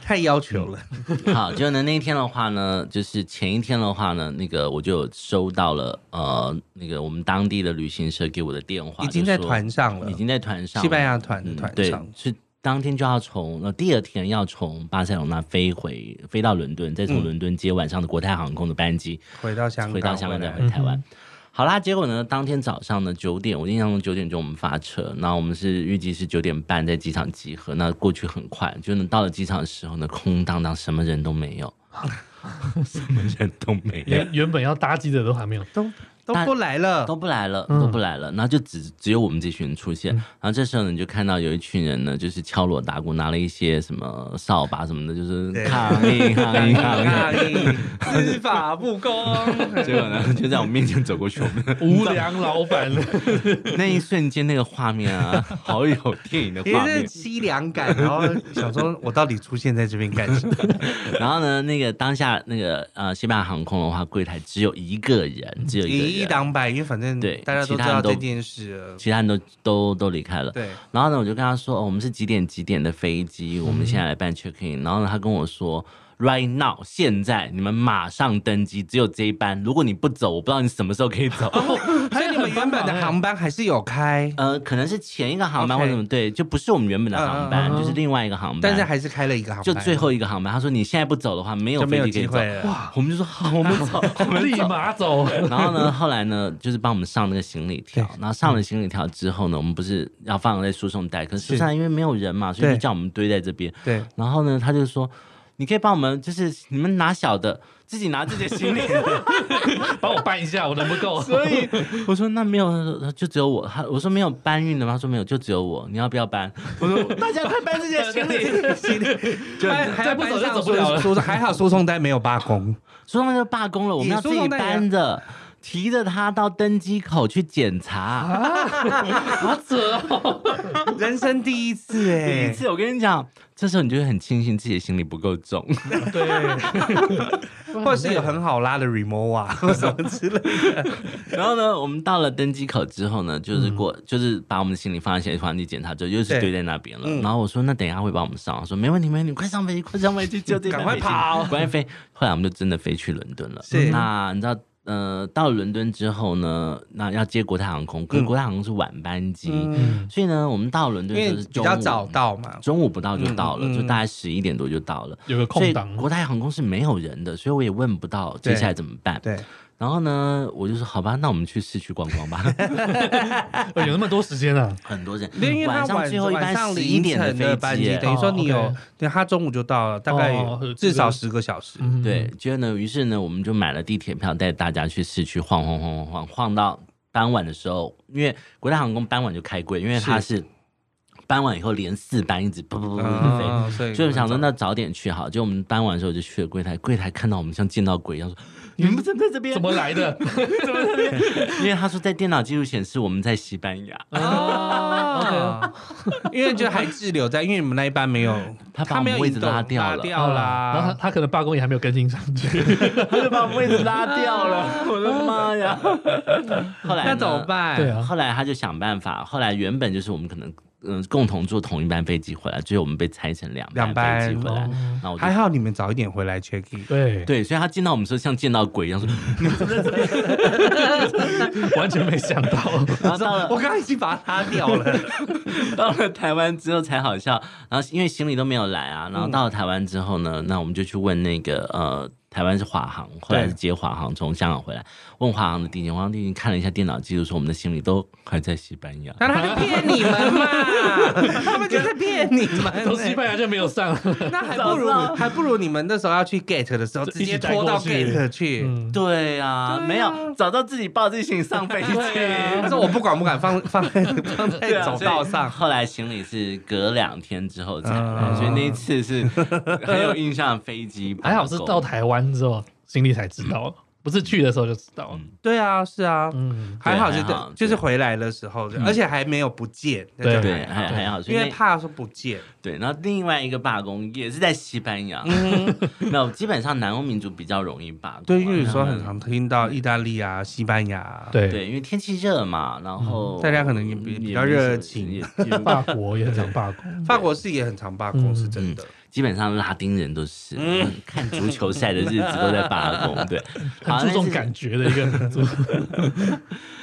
太要求了，
好，就呢那一天的话呢，就是前一天的话呢，那个我就收到了呃那个我们当地的旅行社给我的电话，
嗯
已经
就
在
说
团上了
已，经在团上了，
西班牙团的
嗯
团
对
上，
是当天就要从呃第二天要从巴塞罗那飞回飞到伦敦，再从伦敦接晚上的国泰航空的班机、
回到香港，
回到嗯香港再
来
回台嗯湾。好啦，结果呢？当天早上呢，九点，我印象中九点钟我们发车，那我们是预计是九点半在机场集合，那过去很快，就能到了机场的时候呢，空荡荡，什么人都没有， *laughs* 什么人都没有
原，原本要搭机的都还没有，
都都
但
不
*laughs*
来了，
都不来了，
嗯
都不来了，然后就只只有我们这群人出现。然后这时候呢，你就看到有一群人呢，就是敲锣打鼓，拿了一些什么扫把什么的，就是
对
抗议抗议
*laughs*
抗
大
议。
力司法不公，
结果呢，就在我面前走过去，我们
无良老板了，
那一瞬间那个画面啊，好有电影的
*laughs* 也
画
是
面。
凄凉感，然后想说我到底出现在这边干
*laughs*
什么？
然后呢，那个当下那个呃西班牙航空的话，柜台只有一个人，只有
以
一
一
个人，
当百，因为反正
对
大家都
其
知
他人
道
都
这件事了，
其他人都都都离开了。
对，
然后呢，我就跟他说，哦，我们是几点几点的飞机，我们现在来办 check in。然后呢，他跟我说，right now，现在你们马上登机，只有这一班，如果你不走，我不知道你什么时候可以
*laughs*
走。
*laughs* 所以你们原本的
*laughs*
航班还是有开，
呃，可能是前一个航班
OK
或者什么，对，就不是我们原本的航班，
嗯嗯嗯
就是另外一个航班，
但是还是开了一个航
就
班，
最后一个航班。他说你现在不走的话，没有
就没有
飞机可
机
以走
会。了。
哇，
我们就说好，我们走，我们
立
走。
马走，
然后呢，后来呢，就是帮我们上那个行李条。然后上了行李条之后呢，我们不是要放在输送带，可是输送带因为没有人嘛，所以
对
就叫我们堆在这边。
对，
然后呢，他就说：“你可以帮我们，就是你们拿小的，自己拿这些
*laughs*
行李。
帮我办一下，我能不够？”
所以我说：“那没有，他说就只有我。”他我说：“没有搬运的吗？”他说：“没有，就只有我。你要不要搬？”我说：“大家快搬这些行
*laughs*
李。
还还
再不走就走不了了
输还好输送带没有罢
*laughs*
工，”
说他们就罢工了，我们
也
要自
说
己
到那里啊
搬的，提着它到登机口去检
啊
查。
好扯哦，
人生第一次
第一
哎，
次，我跟你讲，这时候你就会很庆幸自己的行李不够重。
对，
或者是有很好拉的 remova 或什么之类的，
*laughs* 然后呢，我们到了登机口之后呢，就是过，就是把我们的行李放在行李团去检查之后，又是
嗯对
堆在那边了。
嗯
然后我说，那等一下会帮我们上，我说没问题，没问题，快上飞机，快上飞机，就这班
*laughs* 赶快
飞机
跑
赶快飞。后来我们就真的飞去伦敦了。
是
那你知道？呃，到了伦敦之后呢，那要接国泰航空，可是
嗯
国泰航空是晚班机，
嗯
所以呢，我们到伦
因
敦
为
就是
比
中午
较早，到嘛，
中午不到就到了，
嗯嗯嗯
就大概十一点多就到了。
有个
所
空
以
档，
国泰航空是没有人的，所以我也问不到接下来怎么办。
对，
然后呢，我就说好吧，那我们去市区逛逛
*laughs*
吧。
哎有那么多时间啊？
很多人，
因为他
晚上
晚
最后一
晚
班
上
十一
凌
点
晨
飞
的
机
班机，
耶
等于说你
哦
有
，OK，
对他中午就到了，大概
哦
至少
这
十个小时，
嗯，
对，，结果呢，于是呢，我们就买了地铁票，带大家去市区晃晃晃晃晃，晃到傍晚的时候，因为国泰航空傍晚就开柜，因为它是傍晚以后连四班一直噗噗噗噗噗飞。
嗯，所以
所以我想说，那早点去好。就我们傍晚的时候就去了柜台，柜台看到我们像见到鬼一样，说：“
嗯
你们怎么在这边
怎？么来
*laughs*
的？嗯
怎么在这边？”因为他说，在电脑记录显示我们在西班牙，
啊， *laughs* 因为就还滞留在，因为你们那一班没有，
他把
没
我
有
们位置
移动
拉掉了嗯
掉
然后他
啦。
他可能罢工也还没有跟进上去，
他就把我们位置拉掉了。我的妈呀！ *laughs* 后来呢
*laughs* 那怎么办？
对啊
后来他就想办法，后来原本就是我们可能嗯、共同坐同一班飞机回来，最后我们被拆成两
两班
飞机回来，然后我就
还。好你们早一点回来 check
*laughs*
in，
对，
对，所以他见到我们时候像见到鬼一样，说，
完全没
*laughs*
想到，
然后到了
*laughs* 我刚刚已经把它拉掉了， *laughs*
到了台湾之后才好笑，然后因为行李都没有来啊，然后到了台湾之后呢，那我们就去问那个呃台湾是华航，后来
对
是接华航从香港回来，问华航的地勤，华航地勤看了一下电脑记录，说我们的行李都还在西班牙。
那他就骗你
*laughs*
们嘛，他们就是骗你们。欸
从西班牙就没有上，
*laughs*
那还不如
早
还不如你们那时候要去 Gate 的时候，
就
直
一起
接
带
拖到
过去
Gate 去。
嗯，
对啊，
对啊
没有找到自己抱自己行李上飞机。
对
但
啊
是，我不管不敢放放
*laughs*
放
哎
在
啊
走道上，
后来行李是隔两天之后才来，
嗯
所以那一次
*laughs*
是很有印象。飞机
还好是到台湾之后心里才知道，
嗯
不是去的时候就知道了。
对啊，是啊，
嗯，
还好就是
还好
就是
对
回来的时候，而且还没有不见，
啊
那
对
就
对
还
还
好
还好，所以
因为
那
怕说不见，
对。然后另外一个罢工也是在西班牙， *laughs*
嗯，
那基本上南欧民族比较容易罢工啊。
对，因为有时候
他们
很常听到意大利啊、西班牙啊，
嗯
*laughs*
对，
对，因为天气热嘛，然
嗯
后
大家可能也比比较热情，
也没什么也
*laughs*
也
法国也很常罢工，
法国是也很常罢
嗯
工，是真的。
基本上拉丁人都是
嗯
看足球赛的日子都在罢工，
*laughs*
对，好
很注重。
那
感
是
觉的一个民族。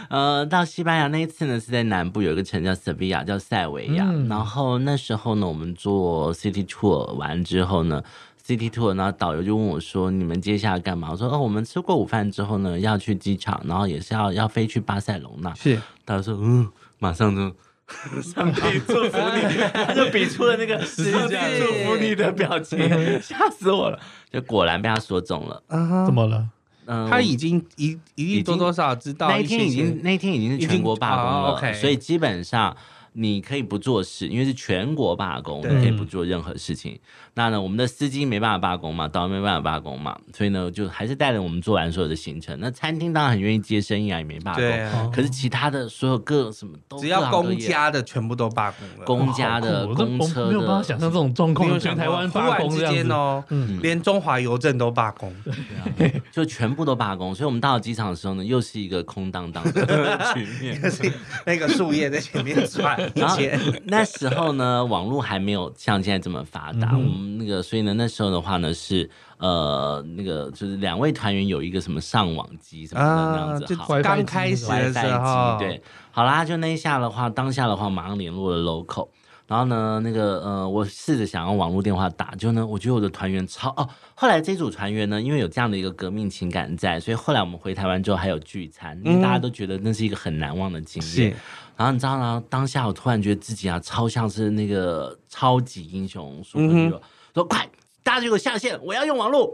呃，到西班牙那一次呢是在南部有一个城叫塞维亚，叫塞维亚，
嗯
然后那时候呢我们做 City Tour 完之后呢。City Tour，然后导游就问我说：“你们接下来干嘛？”我说：“哦，我们吃过午饭之后呢，要去机场，然后也是要要飞去巴塞隆纳。”
是，
他就说：“嗯，马上就上帝祝福你。”他 *laughs* 就比出了那个
字
上帝
架
祝福你的表情， *laughs* 吓死我了！就果然被他说中了。
啊
怎么了？
嗯、
他已经一一定
已
多
经
多少少知道
那一
些
天已经那一天已经是全国罢工了，
已经哦，OK
所以基本上。你可以不做事，因为是全国罢工，
对
你可以不做任何事情。那呢，我们的司机没办法罢工嘛，导游没办法罢工嘛，所以呢，就还是带着我们做完所有的行程。那餐厅当然很愿意接生意啊，也没罢工。
对啊，
哦
可是其他的所有各什么都
只要公
家。
家的全部都罢工了，
公家的、
哦好酷哦
公车
我
的，
没有办法想象这种状
你有
况，
想
全
过
台湾
忽
罢
然
工
之
这样
间
子。
哦，
嗯
连中华邮政都罢工，
啊就全部都罢工，所以我们到了机场的时候呢，又是一个空荡荡的 *laughs* 局面。
就是 *laughs* 那个树叶在前面转一
*laughs* 然后
圈，
那时候呢，网络还没有像现在这么发达，
嗯
我们那个，所以呢，那时候的话呢是呃，那个就是两位团员有一个什么上网机什么的那样
啊，
子，
就
好。
WiFi
刚开始的
WiFi
时候，
机，对，好啦，就那一下的话，当下的话马上联络了 local，然后呢，那个呃，我试着想用网络电话打，就呢，我觉得我的团员超哦，后来这组团员呢，因为有这样的一个革命情感在，所以后来我们回台湾之后还有聚餐，因为
嗯
大家都觉得那是一个很难忘的经验。
是
然后你知道吗？当下我突然觉得自己啊，超像是那个超级英雄 s u p 说快。大家就给我下线，我要用网络。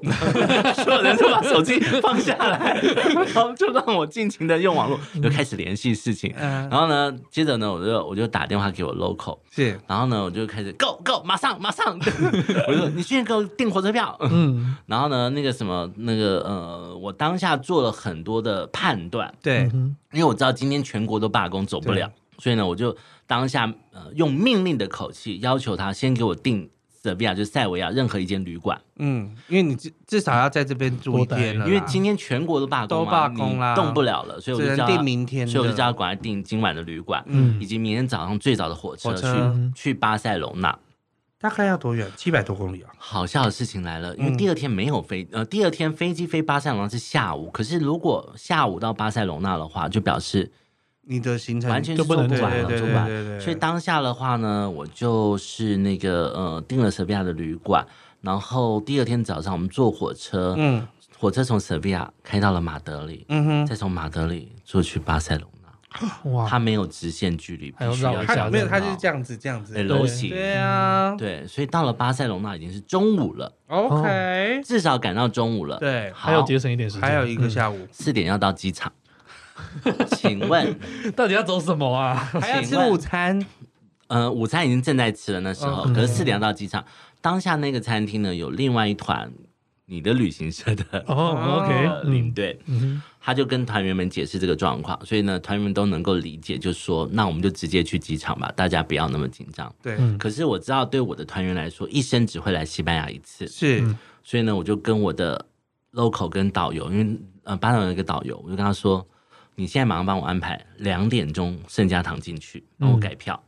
所有人都把手机放下来，然后就让我尽情的用网络，就开始联系事情。
嗯
然后呢，接着呢，我就我就打电话给我 local，
是
然后呢，我就开始 go go，马上马上， *laughs* 我就说你去给我订火车票。
嗯，
然后呢，那个什么，那个呃，我当下做了很多的判断，
对，
嗯
因为我知道今天全国都罢工，走不了，所以呢，我就当下呃用命令的口气要求他先给我订塞维亚，就是塞维亚任何一间旅馆，
嗯，因为你至至少要在这边住一天了啦，
因为今天全国都罢工嘛
都罢工
你
啦
动不了了，所以我
只
就叫
能
他
定明天的，
所以我就叫他赶快订今晚的旅馆，
嗯
以及明天早上最早的火车
火
去
车
去巴塞隆纳。
大概要多远？七百多公里啊，
好笑的事情来了，因
嗯
为第二天没有飞，呃，第二天飞机飞巴塞隆纳是下午，可是如果下午到巴塞隆纳的话，就表示
你的行程
完全
就是不能
做完
对
了，
对
做
对
不完。
对对，
所以当下的话呢，我就是那个呃订了塞维亚的旅馆，然后第二天早上我们坐火车，
嗯
火车从塞维亚开到了马德里，
嗯哦哼。
再从马德里坐去巴塞隆纳，
哇，
它没有直线距离，
还
哎
有
必须要
绕一下
他
绕
没有，他就是这样子这样子
对。楼行。
对啊
对，所以到了巴塞隆纳已经是中午了，
，OK，
至少赶到中午了。
对，
好，
还要节省一点时间。
还有一个
嗯
下午，
四点要到机场， *laughs* 请问
嗯到底要走什么
*laughs*
啊？
还要吃
请问
午餐，
呃，午餐已经正在吃了，那时候，
嗯
可是四点要到机场。当下那个餐厅呢，有另外一团你的旅行社的
哦
呃
，OK，
领
嗯
队，
嗯
他就跟团员们解释这个状况，所以呢，团员们都能够理解，就说那我们就直接去机场吧，大家不要那么紧张。
对，
嗯
可是我知道，对我的团员来说，一生只会来西班牙一次，
是
嗯
所以呢，我就跟我的 local 跟导游，因为呃班长有一个导游，我就跟他说，你现在马上帮我安排两点钟圣家堂进去，帮我改
嗯
票。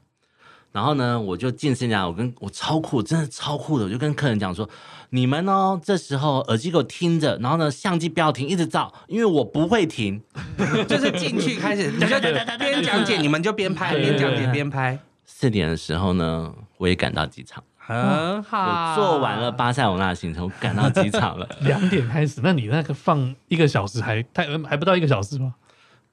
然后呢，我就进圣家堂，我跟我超酷，真的超酷的，我就跟客人讲说，你们哦，这时候耳机给我听着，然后呢，相机不要停，一直照，因为我不会停。
就是进去开 *laughs* 始，你就边讲解，你们就边拍，
对
边
对
讲解
对
边拍。
四点的时候呢，我也赶到机场，
啊，
我
好，
做完了巴塞罗那的行程，我赶到机场
*laughs*
了，
两点开始，那你那个放一个小时还太呃还不到一个小时吗？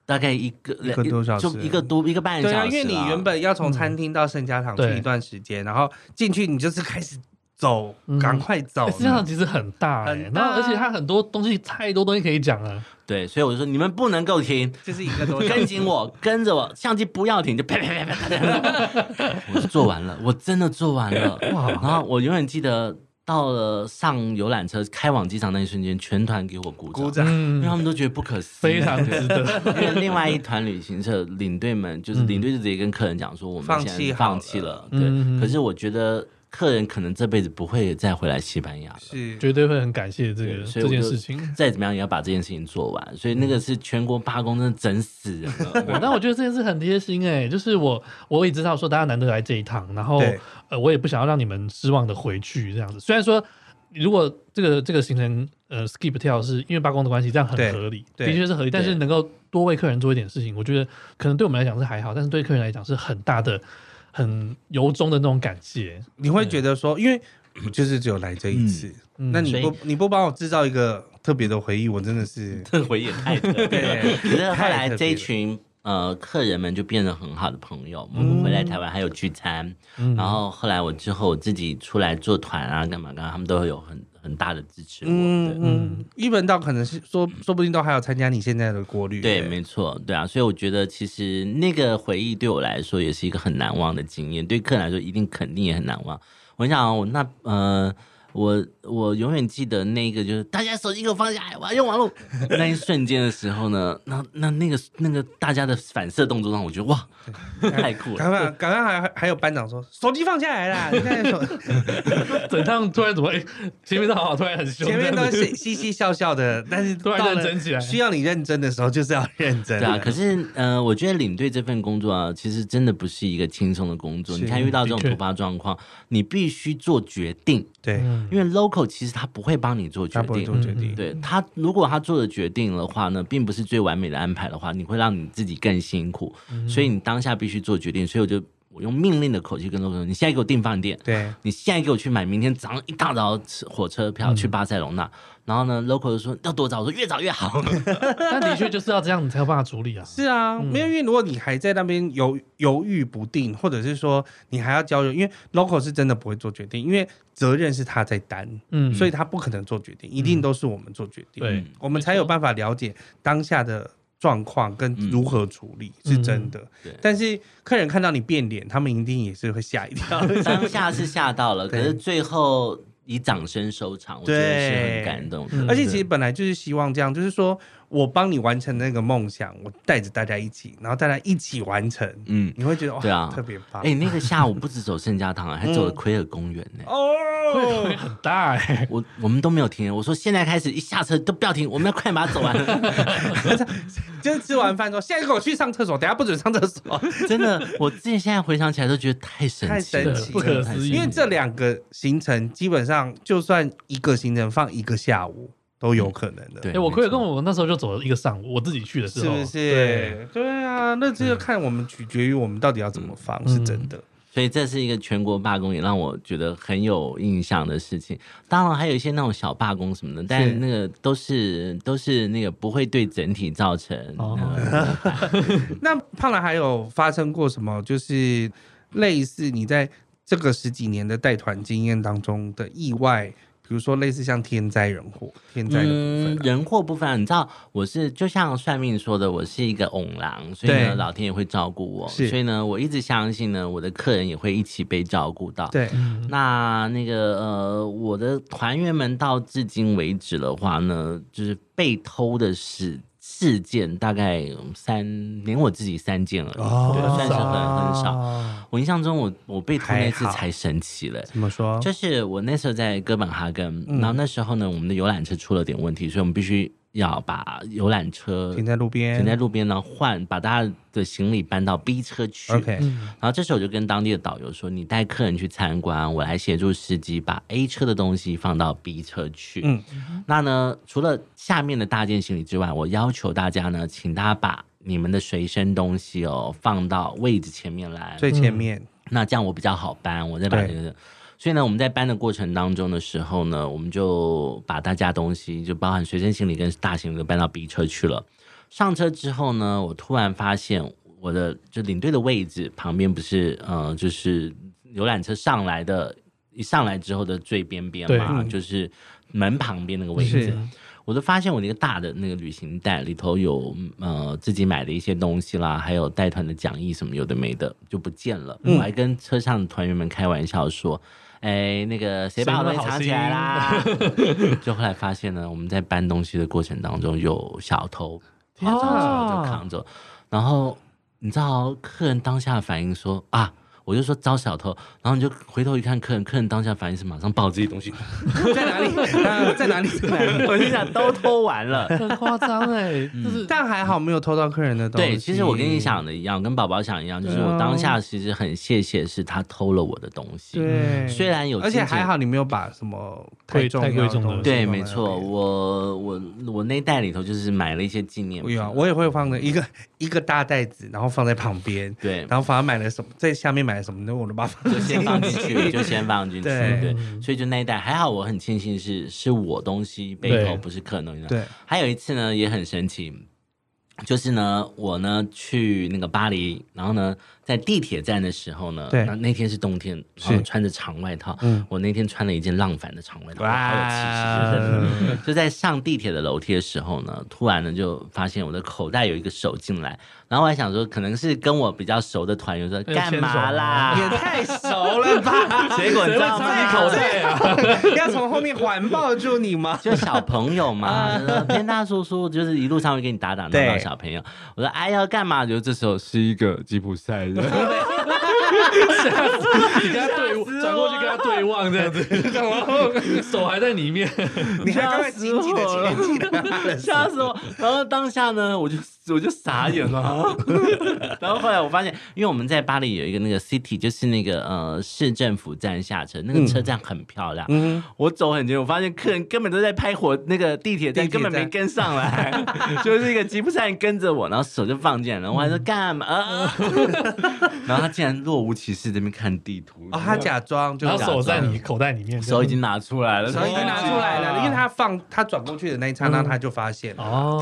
大概一个
一个多小时嗯
就一个多一个半小
对
时
啊，
啦。
因为你原本要从餐厅到圣家堂去
对
一段时间，然后进去你就是开始走，
嗯
赶快走
哎，世界上其实很大、欸，
哦很
然
大
后而且它很多东西太多东西可以讲了，
对，所以我就说你们不能够停，
*laughs* 就是一个 *laughs* 多小
跟
时。
紧我，跟着我，相机不要停，就啪啪啪啪啪。 *laughs* 我就做完了，我真的做完了。
哇
然后我永远记得，到了上游览车开往机场那一瞬间，全团给我鼓掌，
鼓掌
因为
嗯，
他们都觉得不可思议，
非常
*laughs*
值得。
因为另外一团旅行社领队们，就是领队就直接跟客人讲说，我们
放
现在
弃好
放弃
了
了。对，
嗯
可是我觉得客人可能这辈子不会再回来西班牙了。
是，
绝对会很感谢这个
对所以
这
我
件
就
事情。
再怎么样也要把这件事情做完，所以那个是全国罢工，真的整死人
对， *laughs*
了。
那我觉得这件事很贴心哎、就是我我也知道说大家难得来这一趟，然后
对
呃我也不想要让你们失望的回去这样子。虽然说如果这个这个行程呃 skip 跳是因为罢工的关系，这样很
对
合理，
对
的确是合理，但是
对
能够多为客人做一点事情，我觉得可能对我们来讲是还好，但是对客人来讲是很大的、很由衷的那种感谢。 *laughs*
你会觉得说，因为我就是只有来这一次，
嗯
那
所
你
以
不你不帮我制造一个特别的回忆，我真的是
这回也太特别了。
对
*laughs* 可是后
*laughs* 太
来
特别
这一
了
群呃客人们就变成很好的朋友，我们回来台湾还有聚餐，
嗯
然后后来我之后我自己出来做团啊，干嘛干嘛，他们都会有很很大的支持我。对
嗯嗯，一文到可能是说，说不定都还有参加你现在的国旅。
对，没错，对啊，所以我觉得其实那个回忆对我来说也是一个很难忘的经验，对客人来说一定肯定也很难忘。我想我那呃，我我永远记得那个就是大家手机给我放下来，我要用网络 *laughs* 那一瞬间的时候呢，那那那个那个大家的反射动作让我觉得哇，太酷
*laughs*
了。
赶快赶快还还有班长说手机放下
*laughs*
来啦，你看手
整趟突然怎么哎、前面都好好，突然很凶，
前面都
这样子
是嘻嘻笑笑的，但是
突然
到了
认真起来
需要你认真的时候就是要认真。
对啊，可是呃，我觉得领队这份工作啊，其实真的不是一个轻松的工作。
是
你看遇到这种
的确
突发状况，你必须做决定，
对，
嗯
因为 local 其实他不会帮你做决
他不会
定
做，决
嗯。
定
对他，如果他做的决定的话呢，并不是最完美的安排的话，你会让你自己更辛苦，
嗯
所以你当下必须做决定。所以我就我用命令的口气跟他说：“你现在给我订饭店，
对，
你现在给我去买明天早上一大早吃火车
嗯
票去巴塞隆那。然后呢，local 就说：“要多早？”我说：“越早越
*laughs*
好。
但的确就是要这样，你才有办法处理啊。 *laughs*
是啊，没有，因为如果你还在那边犹犹豫不定，或者是说你还要交流，因为 local 是真的不会做决定，因为责任是他在担，
嗯，
所以他不可能做决定，一定都是我们做决定，
对
我们才有办法了解当下的状况跟如何处理，
嗯
是真的。
嗯对
但是客人看到你变脸，他们一定也是会吓一跳。”
当下是吓到了，可
对
是最后以掌声收场，我觉得是很
对
感动的
嗯。
而且其实本来就是希望这样，就是说我帮你完成那个梦想，我带着大家一起，然后大家一起完成，
嗯，
你会觉得哇，
对啊
特别棒。
哎、那个下午不止走圣家堂啊，还走了
嗯
奎尔公园呢、
哦， *laughs*
很大哎、
我我们都没有停，我说现在开始一下车都不要停，我们要快点把它走啊
*laughs*
完。
就是吃完饭说，现在给我去上厕所，等下不准上厕所，
真的，我自己现在回想起来都觉得太神
太
奇
神
了，
奇
不
了
可思议
因为这两个行程基本上就算一个行程放一个下午都有可能的，
对
哎、我
没
可以
错
跟我那时候就走了一个上午，我自己去的时
是哦
候，
不
对，
是？对啊，那这个看我们取决于我们到底要怎么放，是真的。
所以这是一个全国罢工，也让我觉得很有印象的事情。当然还有一些那种小罢工什么的，但那个都是都是那个不会对整体造成。
哦
呃
那胖兰还有发生过什么，就是类似你在这个十几年的带团经验当中的意外，比如说类似像天灾人祸、天灾的部分
嗯，
啊、
人祸不分啊，你知道，我是就像算命说的，我是一个翁郎，所以呢，
对
老天也会照顾我，
是
所以呢，我一直相信呢，我的客人也会一起被照顾到。
对，
那那个呃，我的团员们到至今为止的话呢，就是被偷的事事件大概嗯三，连我自己三件而已，
哦
对，算是很很少。
少。
我印象中我，我被偷那次
还好嗯
才神奇嘞。
怎么说？
就是我那时候在哥本哈根，
嗯
然后那时候呢，我们的游览车出了点问题，所以我们必须要把游览车
停在路边，
停在路边呢，换把大家的行李搬到 B 车去。
OK，、
嗯
然后这时候我就跟当地的导游说：“你带客人去参观，我来协助司机把 A 车的东西放到 B 车去。”
嗯，
那呢，除了下面的大件行李之外，我要求大家呢，请大家把你们的随身东西哦放到位置前面来。
最前面。
那这样我比较好搬，我再把
对
这个。所以呢，我们在搬的过程当中的时候呢，我们就把大家东西，就包含随身行李跟大行李都搬到 B 车去了。上车之后呢，我突然发现我的就领队的位置旁边不是呃，就是游览车上来的，一上来之后的最边边嘛，
对
就是门旁边那个位置
是。
我就发现我那个大的那个旅行袋里头有呃自己买的一些东西啦，还有带团的讲义什么有的没的就不见了。
嗯
我还跟车上的团员们开玩笑说：“哎，那个谁把我东西藏起来啦？” *laughs* 就后来发现呢，我们在搬东西的过程当中有小偷，天上车就扛走，然后你知道客人当下反应说啊。我就说招小偷，然后你就回头一看客人，客人当下反应是马上抱自己东西， *laughs*
嗯
*laughs* 在哪里？啊在哪里？ *laughs* 在哪里？
我心想都偷完了，
*laughs* 很夸张哎，
嗯
就是
但还好没有偷到客人的东西。
对，其实我跟你，想的一样，跟宝宝想一样，就是
对啊
我当下其实很谢谢是他偷了我的东西，
对，
虽然有，
而且还。好你没有把什么
嗯贵
重
太贵
要
重的
东西
对，
放在
没错，
那边
我我我那袋里头就是买了一些纪念
我
品
有啊，，我也会放的一个一个大袋子，然后放在旁边， *laughs*
对，
然后反而买了什么，在下面买了什么，那我都把它放
就先放进去，就先放进去，
对
对，所以就那一袋还好，我很庆幸是是我东西被偷，
对
不是客人东西。
对，
还有一次呢，也很神奇，就是呢，我呢去那个巴黎，然后呢，在地铁站的时候呢，
对
那那天是冬天，然后
是
穿着长外套，
嗯
我那天穿了一件浪凡的长外套，好有气势，真的。
哇，
就在上地铁的楼梯的时候呢，突然呢就发现我的口袋有一个手进来，然后我还想说可能是跟我比较熟的团员
哎
说
牵
啊
干
手
嘛
吗
啦，
*laughs* 也太熟了吧？ *laughs*
结果你知道吗
谁会藏你口袋啊？
要从后面环抱住你吗？
就小朋友
*laughs*
嘛，边大叔叔就是一路上会给你打打闹闹
啊对
小朋友。我说哎要干嘛？就这时候是一个吉普赛人，
你 *laughs* 跟他对
死我了
转过去跟他对望这样子，
*laughs*
然后 *laughs* 手还在里面，
*laughs* 你还刚才紧紧的、紧紧的紧紧的，
吓死我！然后当下呢，我就我就傻眼了。啊 *laughs* 然后后来我发现，因为我们在巴黎有一个那个 City，就是那个呃市政府站下车，那个车站很漂亮。
嗯，
我走很近，我发现客人根本都在拍火那个地铁站，
地铁
根
站
本没跟上
*laughs*
来，就是一个吉普赛人跟着我，然后手就放进来了，我还说干
*laughs*
嘛？啊然后他竟然若无其事在那边看地图，
*laughs* 哦，他假装就
然后
假装
手在你口袋里面，
手已经拿出来了，
手已经拿出来了，因为他放他转过去的那一刹那，他就发现了。
哦，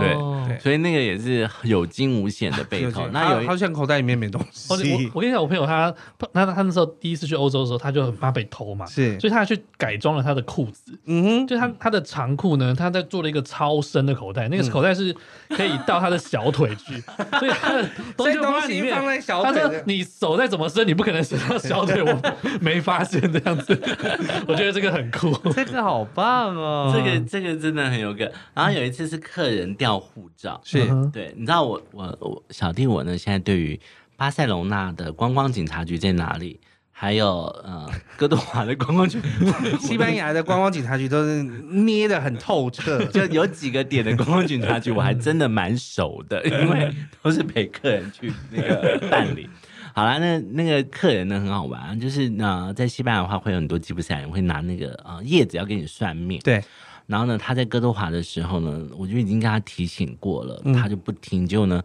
对
对。
所以那个也是有惊无险
啊
的被偷。那有
好
一
像口袋里面没东
我
西，
我跟你讲，我朋友他他他那时候第一次去欧洲的时候，他就很怕被偷嘛，
是
所以他还去改装了他的裤子，
嗯嗯哼，
就他他的长裤呢，他在做了一个超深的口袋，那个口袋是可以到他的小腿
*laughs*
去，所以他的东西就放在里面
所以东西放在。小腿
他说：“你手再怎么伸，你不可能伸到小腿，我
*laughs*
没发现这样子。我觉得这个很酷，
这个好棒哦
这个这个真的很有梗。然后有一次是客人掉护照，
是
嗯
对，你知道我我我小弟我呢，现在对于巴塞隆纳的观光警察局在哪里，还有呃哥德瓦的观光局，
*laughs* 西班牙的观光警察局都是捏得很透彻， *laughs*
就有几个点的观光警察局，我还真的蛮熟的，因为都是陪客人去那个办理。好啦，那那个客人呢很好玩，就是呃，在西班牙的话会有很多吉普赛人会拿那个呃叶子要给你算命，
对，
然后呢，他在哥德华的时候呢，我就已经跟他提醒过了，
嗯
他就不听。结果呢，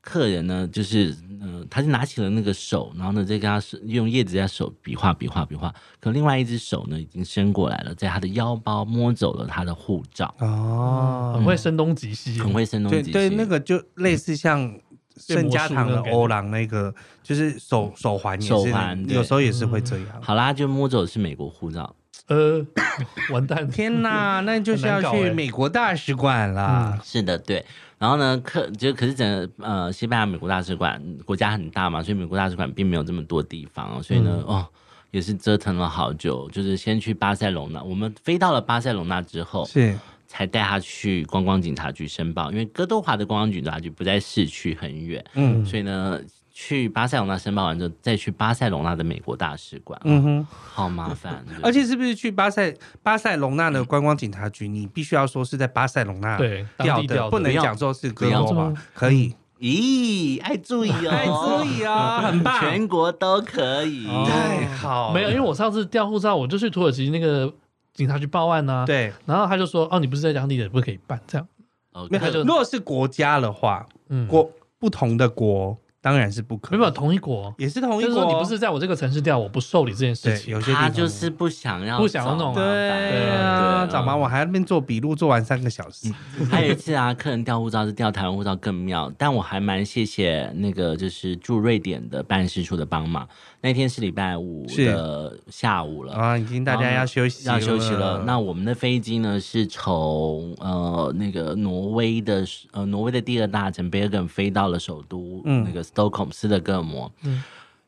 客人呢，就是嗯、呃他就拿起了那个手，然后呢，再跟他手用叶子在手比划比划比划。可另外一只手呢，已经伸过来了，在他的腰包摸走了他的护照，
哦，
很会声东击西。
很会声东
对
击西。
对，那个就类似像圣家堂的欧郎那个，就是手手环也
手
是
环，对
有时候也是会这样。
好啦，就摸走的是美国护照。
呃， *coughs* 完蛋，嗯
天哪，啊那就是要
很难搞
去
欸
美国大使馆啦！
是的，对。然后呢，客就可是整个呃，西班牙美国大使馆国家很大嘛，所以美国大使馆并没有这么多地方，所以呢，
嗯
哦，也是折腾了好久。就是先去巴塞隆纳，我们飞到了巴塞隆纳之后，
是
才带他去观光警察局申报，因为哥多华的观光警察局不在市区很远，
嗯
所以呢。去巴塞隆纳申报完之后，再去巴塞隆纳的美国大使馆，
嗯哼，
好麻
*laughs*
烦。对
而且是不是去巴塞巴塞隆纳的观光警察局，你必须要说是在巴塞隆纳
对
调
当地调的
不能讲说是哥罗
不
马
要，
可以，
咦，爱注意
*laughs*
哦，
哎，所以啊，很棒，
全国都可以。
哦
太好了，
没有，因为我上次调护照，我就去土耳其那个警察局报案呐、，
对，
然后他就说：“哦，你不是在当地的，不可以办这样。
哦
没
那
有。
就
如果是国家的话，”
嗯，
国不同的国。当然是不可
没
能，
有同一国，
也是同一
就是
国
说
哦，
你不是在我这个城市掉，我不受理这件事
对，
情。
有些地
他
方
就是不想要
不想要
找麻
弄啊
烦
对
对
啊，
嗯
找麻烦我还在那边做笔录，做完三个小时，
还有一次啊，客人调护照是调台湾护照更妙，但我还蛮谢谢那个就是驻瑞典的办事处的帮忙。那天是礼拜五
是
的下午了。
啊，已经大家要休息，
要休息了。那我们的飞机呢是从呃那个挪威的呃挪威的第二大城 b e r g e n 飞到了首都、
嗯
那个 Stockholm 斯德哥尔摩。
嗯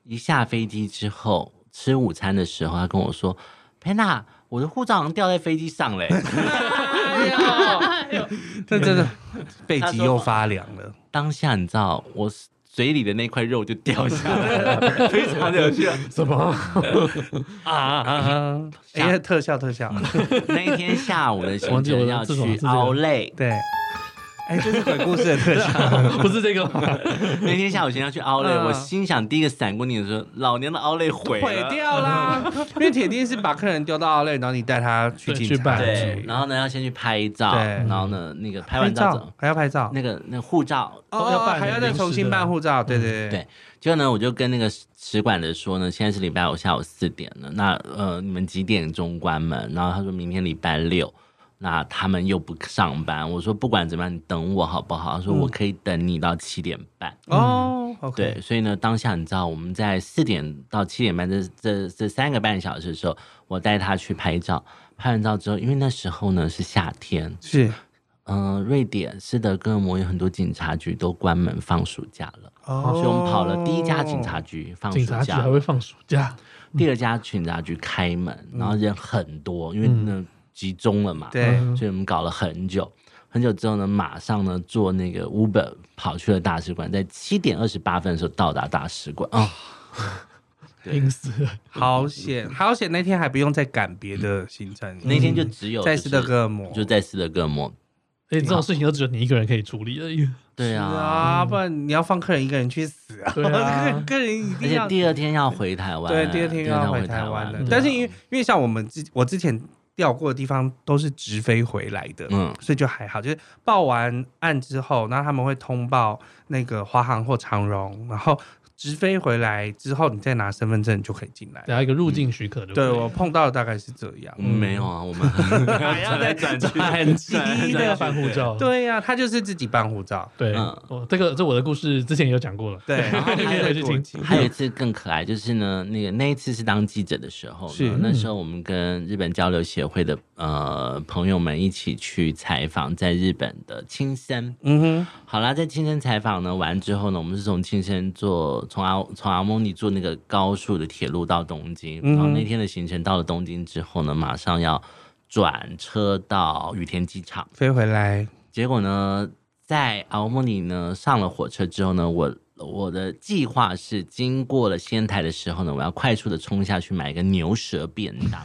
一下飞机之后吃午餐的时候，他跟我说：“佩娜，我的护照好像掉在飞机上嘞。 *laughs*
这真的背脊又发凉了，”
当下你知道我嘴里的那块肉就掉下来
*laughs*
了，非常的有趣。
什么？
啊啊啊！哎呀，特效特效，
那一天下午的行
忘记我
程
的
要
这种
去
这种
奥累，
*laughs* 对，哎，这是鬼故事的特效，
不是这个吗？
那天下午先要去奥莱，
*laughs* 嗯
我心想第一个闪过你的时候，老娘的奥莱毁
毁
了。
掉 *laughs* 啦，因为铁定是把客人丢到累，然后你带他去警察
对
对
局，，
然后呢要先去拍照，
对
然后呢那个拍
拍
完照之
照
后，
还要拍照，
那个那个护照，
哦，
要办
还要再
临时
重新
的
办护照，对对
对结果呢我就跟那个使馆的说呢，现在是礼拜五下午四点了，那呃你们几点钟关门？然后他说明天礼拜六。那他们又不上班，我说不管怎么样，你等我好不好？他说我可以等你到七点半。
哦，OK，
对，所以呢，当下你知道我们在四点到七点半这这这三个半小时的时候，我带他去拍照。拍完照之后，因为那时候呢是夏天，
是
嗯、瑞典斯德哥尔摩有很多警察局都关门放暑假了，
哦
所以我们跑了第一家警察局放暑
警察局
假
还，会放暑假？
第二家警察局开门，然后人很多，因为
嗯
那集中了嘛，
对
所以我们搞了很久。很久之后呢，马上呢坐那个 Uber 跑去了大使馆，在七点二十八分的时候到达大使馆啊。对
硬死了。
好险，好险！那天还不用再赶别的行程，
那天就只有
在
就是
斯德哥尔摩。
就在斯德哥尔摩。
哎，这种事情都只有你一个人可以处理而已。
对
是
啊，
啊，不然你要放客人一个人去死啊！
对啊
客人一
而
定
且
要
第二天要回台湾，
对，第二天又要
回
回台湾
湾
了
对啊。
但是因为因为像我们之我之前调过的地方都是直飞回来的，
嗯
所以就还好，就是报完案之后，那他们会通报那个华航或长荣，然后直飞回来之后，你再拿身份证就可以进来。
等下一个入境许可就可以
对我碰到的大概是这样
我，们没有啊，我们还要再转去转
机
*laughs* 对
的
要办护照。
对呀、他就是自己办护照，
对，
嗯
哦，这个这我的故事之前也有讲过了。
对，
*laughs*
然后
你可
还
以
有
回去听
还有一次更可爱，就是呢，那个那一次是当记者的时候呢，
是嗯
那时候我们跟日本交流协会的呃朋友们一起去采访在日本的青森。
嗯
好啦，在青森采访呢完之后呢，我们是从青森坐从阿从阿蒙尼坐那个高速的铁路到东京，
嗯哼
然后那天的行程到了东京之后呢，马上要转车到羽田机场。
哼，飞回来，
结果呢，在阿莫尼呢上了火车之后呢，我我的计划是经过了仙台的时候呢，我要快速的冲下去买一个牛舌便当。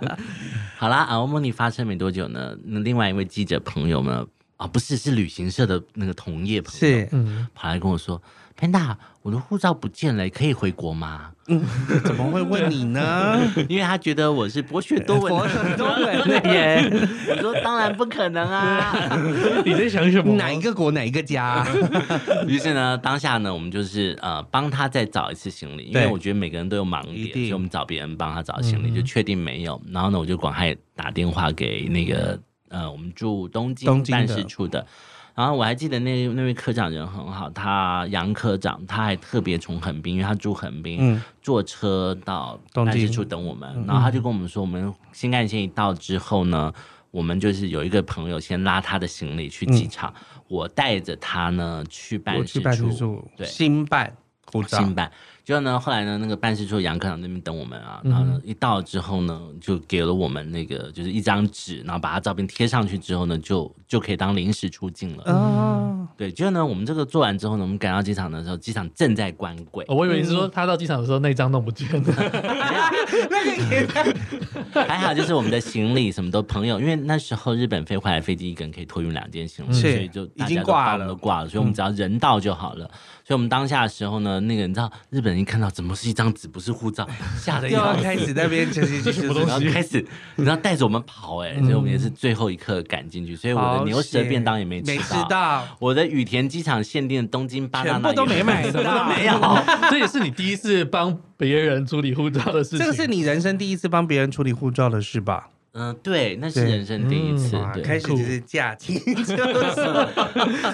*laughs*
好啦，阿莫尼发生没多久呢，那另外一位记者朋友呢，啊不是是旅行社的那个同业朋友，
*laughs*
是
嗯，
跑来跟我说，Panda，我的护照不见了，可以回国吗？
怎么会问你呢？
因为他觉得我是博学多闻
*laughs* 我
的
很
人。
多人
啊
的耶，
*laughs* 我说当然不可能啊。
你在想
*laughs*
什么？
哪一个国哪一个家？
于是呢，当下呢，我们就是呃帮他再找一次行李，因为
对
我觉得每个人都有盲
一
点，
定嗯
所以我们找别人帮他找行李，就确定没有。然后呢，我就赶快打电话给那个呃我们驻东京
东京
办
的
事处的。然后我还记得那那位科长人很好，他杨科长，他还特别从横滨，因为他住横滨，
嗯，
坐车到
东
办事
京嗯
处等我们，然后他就跟我们说，我们新干线一到之后呢，我们就是有一个朋友先拉他的行李去机场，我带着他呢去办
嗯我
事
去
处，
办事处，
对
新办护照，
新办。结果呢，后来呢，那个办事处杨科长那边等我们
嗯
啊，然后呢，一到之后呢，就给了我们那个就是一张纸，然后把他照片贴上去之后呢，就就可以当临时出境了。
哦，
对，结果呢，我们这个做完之后呢，我们赶到机场的时候，机场正在关柜，
哦我以为你是说他到机场的时候那张弄不
*laughs*
见了。
*laughs* 还好，就是我们的行李什么都朋友，因为那时候日本飞回来飞机一个人可以托运两件行李，
嗯是
所以就大家
已经
都嗯
挂
帮我们
了
都挂了，所以我们只要人到就好了。所以我们当下的时候呢，那个你知道日本人一看到怎么是一张纸，不是护照，吓得
又 *laughs*
要
要
*laughs*
开始那边就是就是
什么东
然后
西
开始，你知道带着我们跑
嗯
哎、所以我们也是最后一刻赶进去，所以我的牛舌便当也没
没
吃
吃
到，
到，
我的羽田机场限定的东京巴拿
全
那
部都没买
什么都
到，
*laughs* 没有。
这也是你第一次帮别人处理护照的事情。
这个是你人生第一次帮别人处理护照的事吧？
嗯、对，那是人生第一次
对，
哇
嗯对，
开始就是假期，就是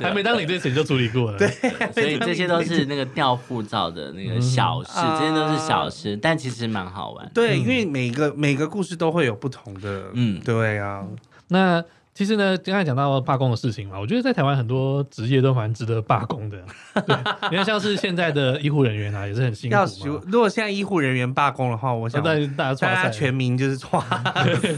还没当你这前就处理过了。对，
*laughs* 所以这些都是那个调护照的那个小事，
啊
嗯
这些都是小事，但其实蛮好玩。
*laughs* 对，因为每个每个故事都会有不同的，
嗯
嗯，对啊，
那其实呢，刚才讲到罢工的事情嘛，我觉得在台湾很多职业都蛮值得罢工
*laughs*
的。对，你看像是现在的医护人员啊，也是很辛苦
要
嘛。
是如果现在医护人员罢工的话，我想
现在大家
大家
刷
全民就是哇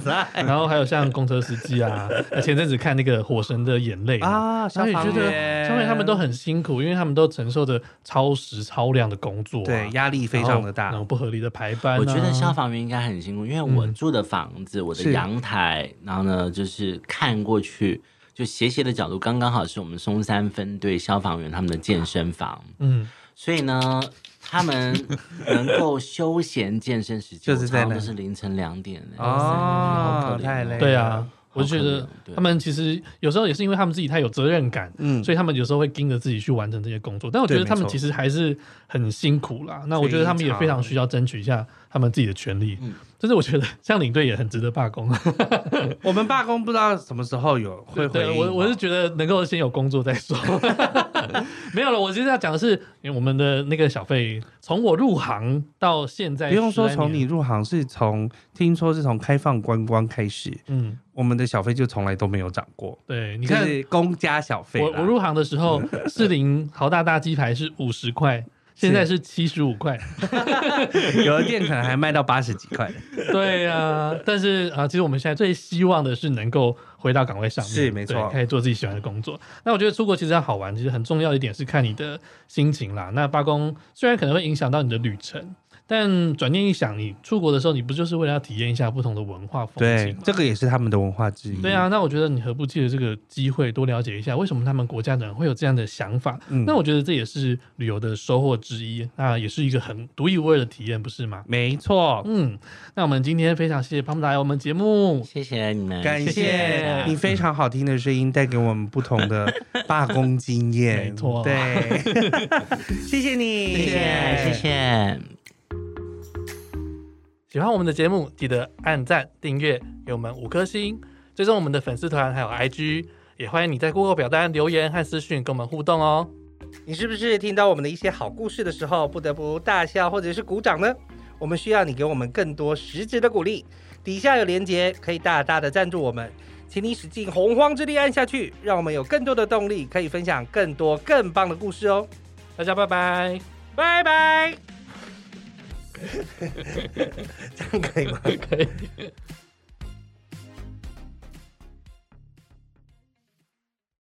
塞
然后还有像公车司机
*laughs*
啊，前阵子看那个《火神的眼泪》 *laughs* 啊，
啊，消
然后也
防
觉得
员，
上面他们都很辛苦，因为他们都承受着超时超量的工作、啊，
对压力非常的大
然后，不合理的排班、啊。
我觉得消防员应该很辛苦，因为我住的房子，我的
嗯是
阳台，然后呢，就是看过去，就斜斜的角度，刚刚好是我们松山分队消防员他们的健身房，
嗯，
所以呢，他们
*laughs*
能够休闲健身时间，
就是
我常常
在那
都是凌晨两点嘞
哦
真的是好可怜
太累了
对啊，我就觉
好
得
可怜
他们其实有时候也是因为他们自己太有责任感，
嗯，
所以他们有时候会盯着自己去完成这些工作。但我觉得
对
他们
没错
其实还是很辛苦啦。那我觉得他们也非常需要争取一下他们自己的权利
嗯。
就是我觉得像领队也很值得罢
*laughs*
工。
我们罢工不知道什么时候有会回
对，
应
我我是
哦
觉得能够先有工作再说。 *laughs* 没有了，我其实要讲的是，因为我们的那个小费，从我入行到现在，
不用说从你，入行是从听说是从开放观光开始，
嗯，
我们的小费就从来都没有涨过，
对，你
你
看
是公家小费
我
啦
我入行的时
*laughs*
候，士林豪大大鸡排是五十块，现在是七十五块。
有的店可能还卖到八十几
*laughs*
块， *laughs*
对呀、但是啊、其实我们现在最希望的是能够回到岗位上面，
是没错
对可以做自己喜欢的工作。那我觉得出国其实要好玩，其实很重要的一点是看你的心情啦。那罢工虽然可能会影响到你的旅程，但转念一想，你出国的时候，你不就是为了要体验一下不同的文化风情
对
吗？，
这个也是他们的文化之一，
对啊，那我觉得你何不借着这个机会多了解一下，为什么他们国家的人会有这样的想法？
嗯
那我觉得这也是旅游的收获之一，那也是一个很独一无二的体验，不是吗？
没错，
嗯，那我们今天非常谢谢胖胖来我们节目，
谢谢你们，
感
谢
谢你非常好听的声音，带给我们不同
*laughs*
的罢工经验。
没错
对， *laughs* 谢谢你，
谢谢谢谢。
喜欢我们的节目，记得按赞、订阅，给我们五颗星，追踪我们的粉丝团还有 IG，也欢迎你在 Google 表单留言和私讯跟我们互动哦。
你是不是听到我们的一些好故事的时候，不得不大笑或者是鼓掌呢？我们需要你给我们更多实质的鼓励。底下有连结，可以大大的赞助我们，请你使尽洪荒之力按下去，让我们有更多的动力，可以分享更多更棒的故事哦。
大家拜拜。
拜拜，这样可以吗？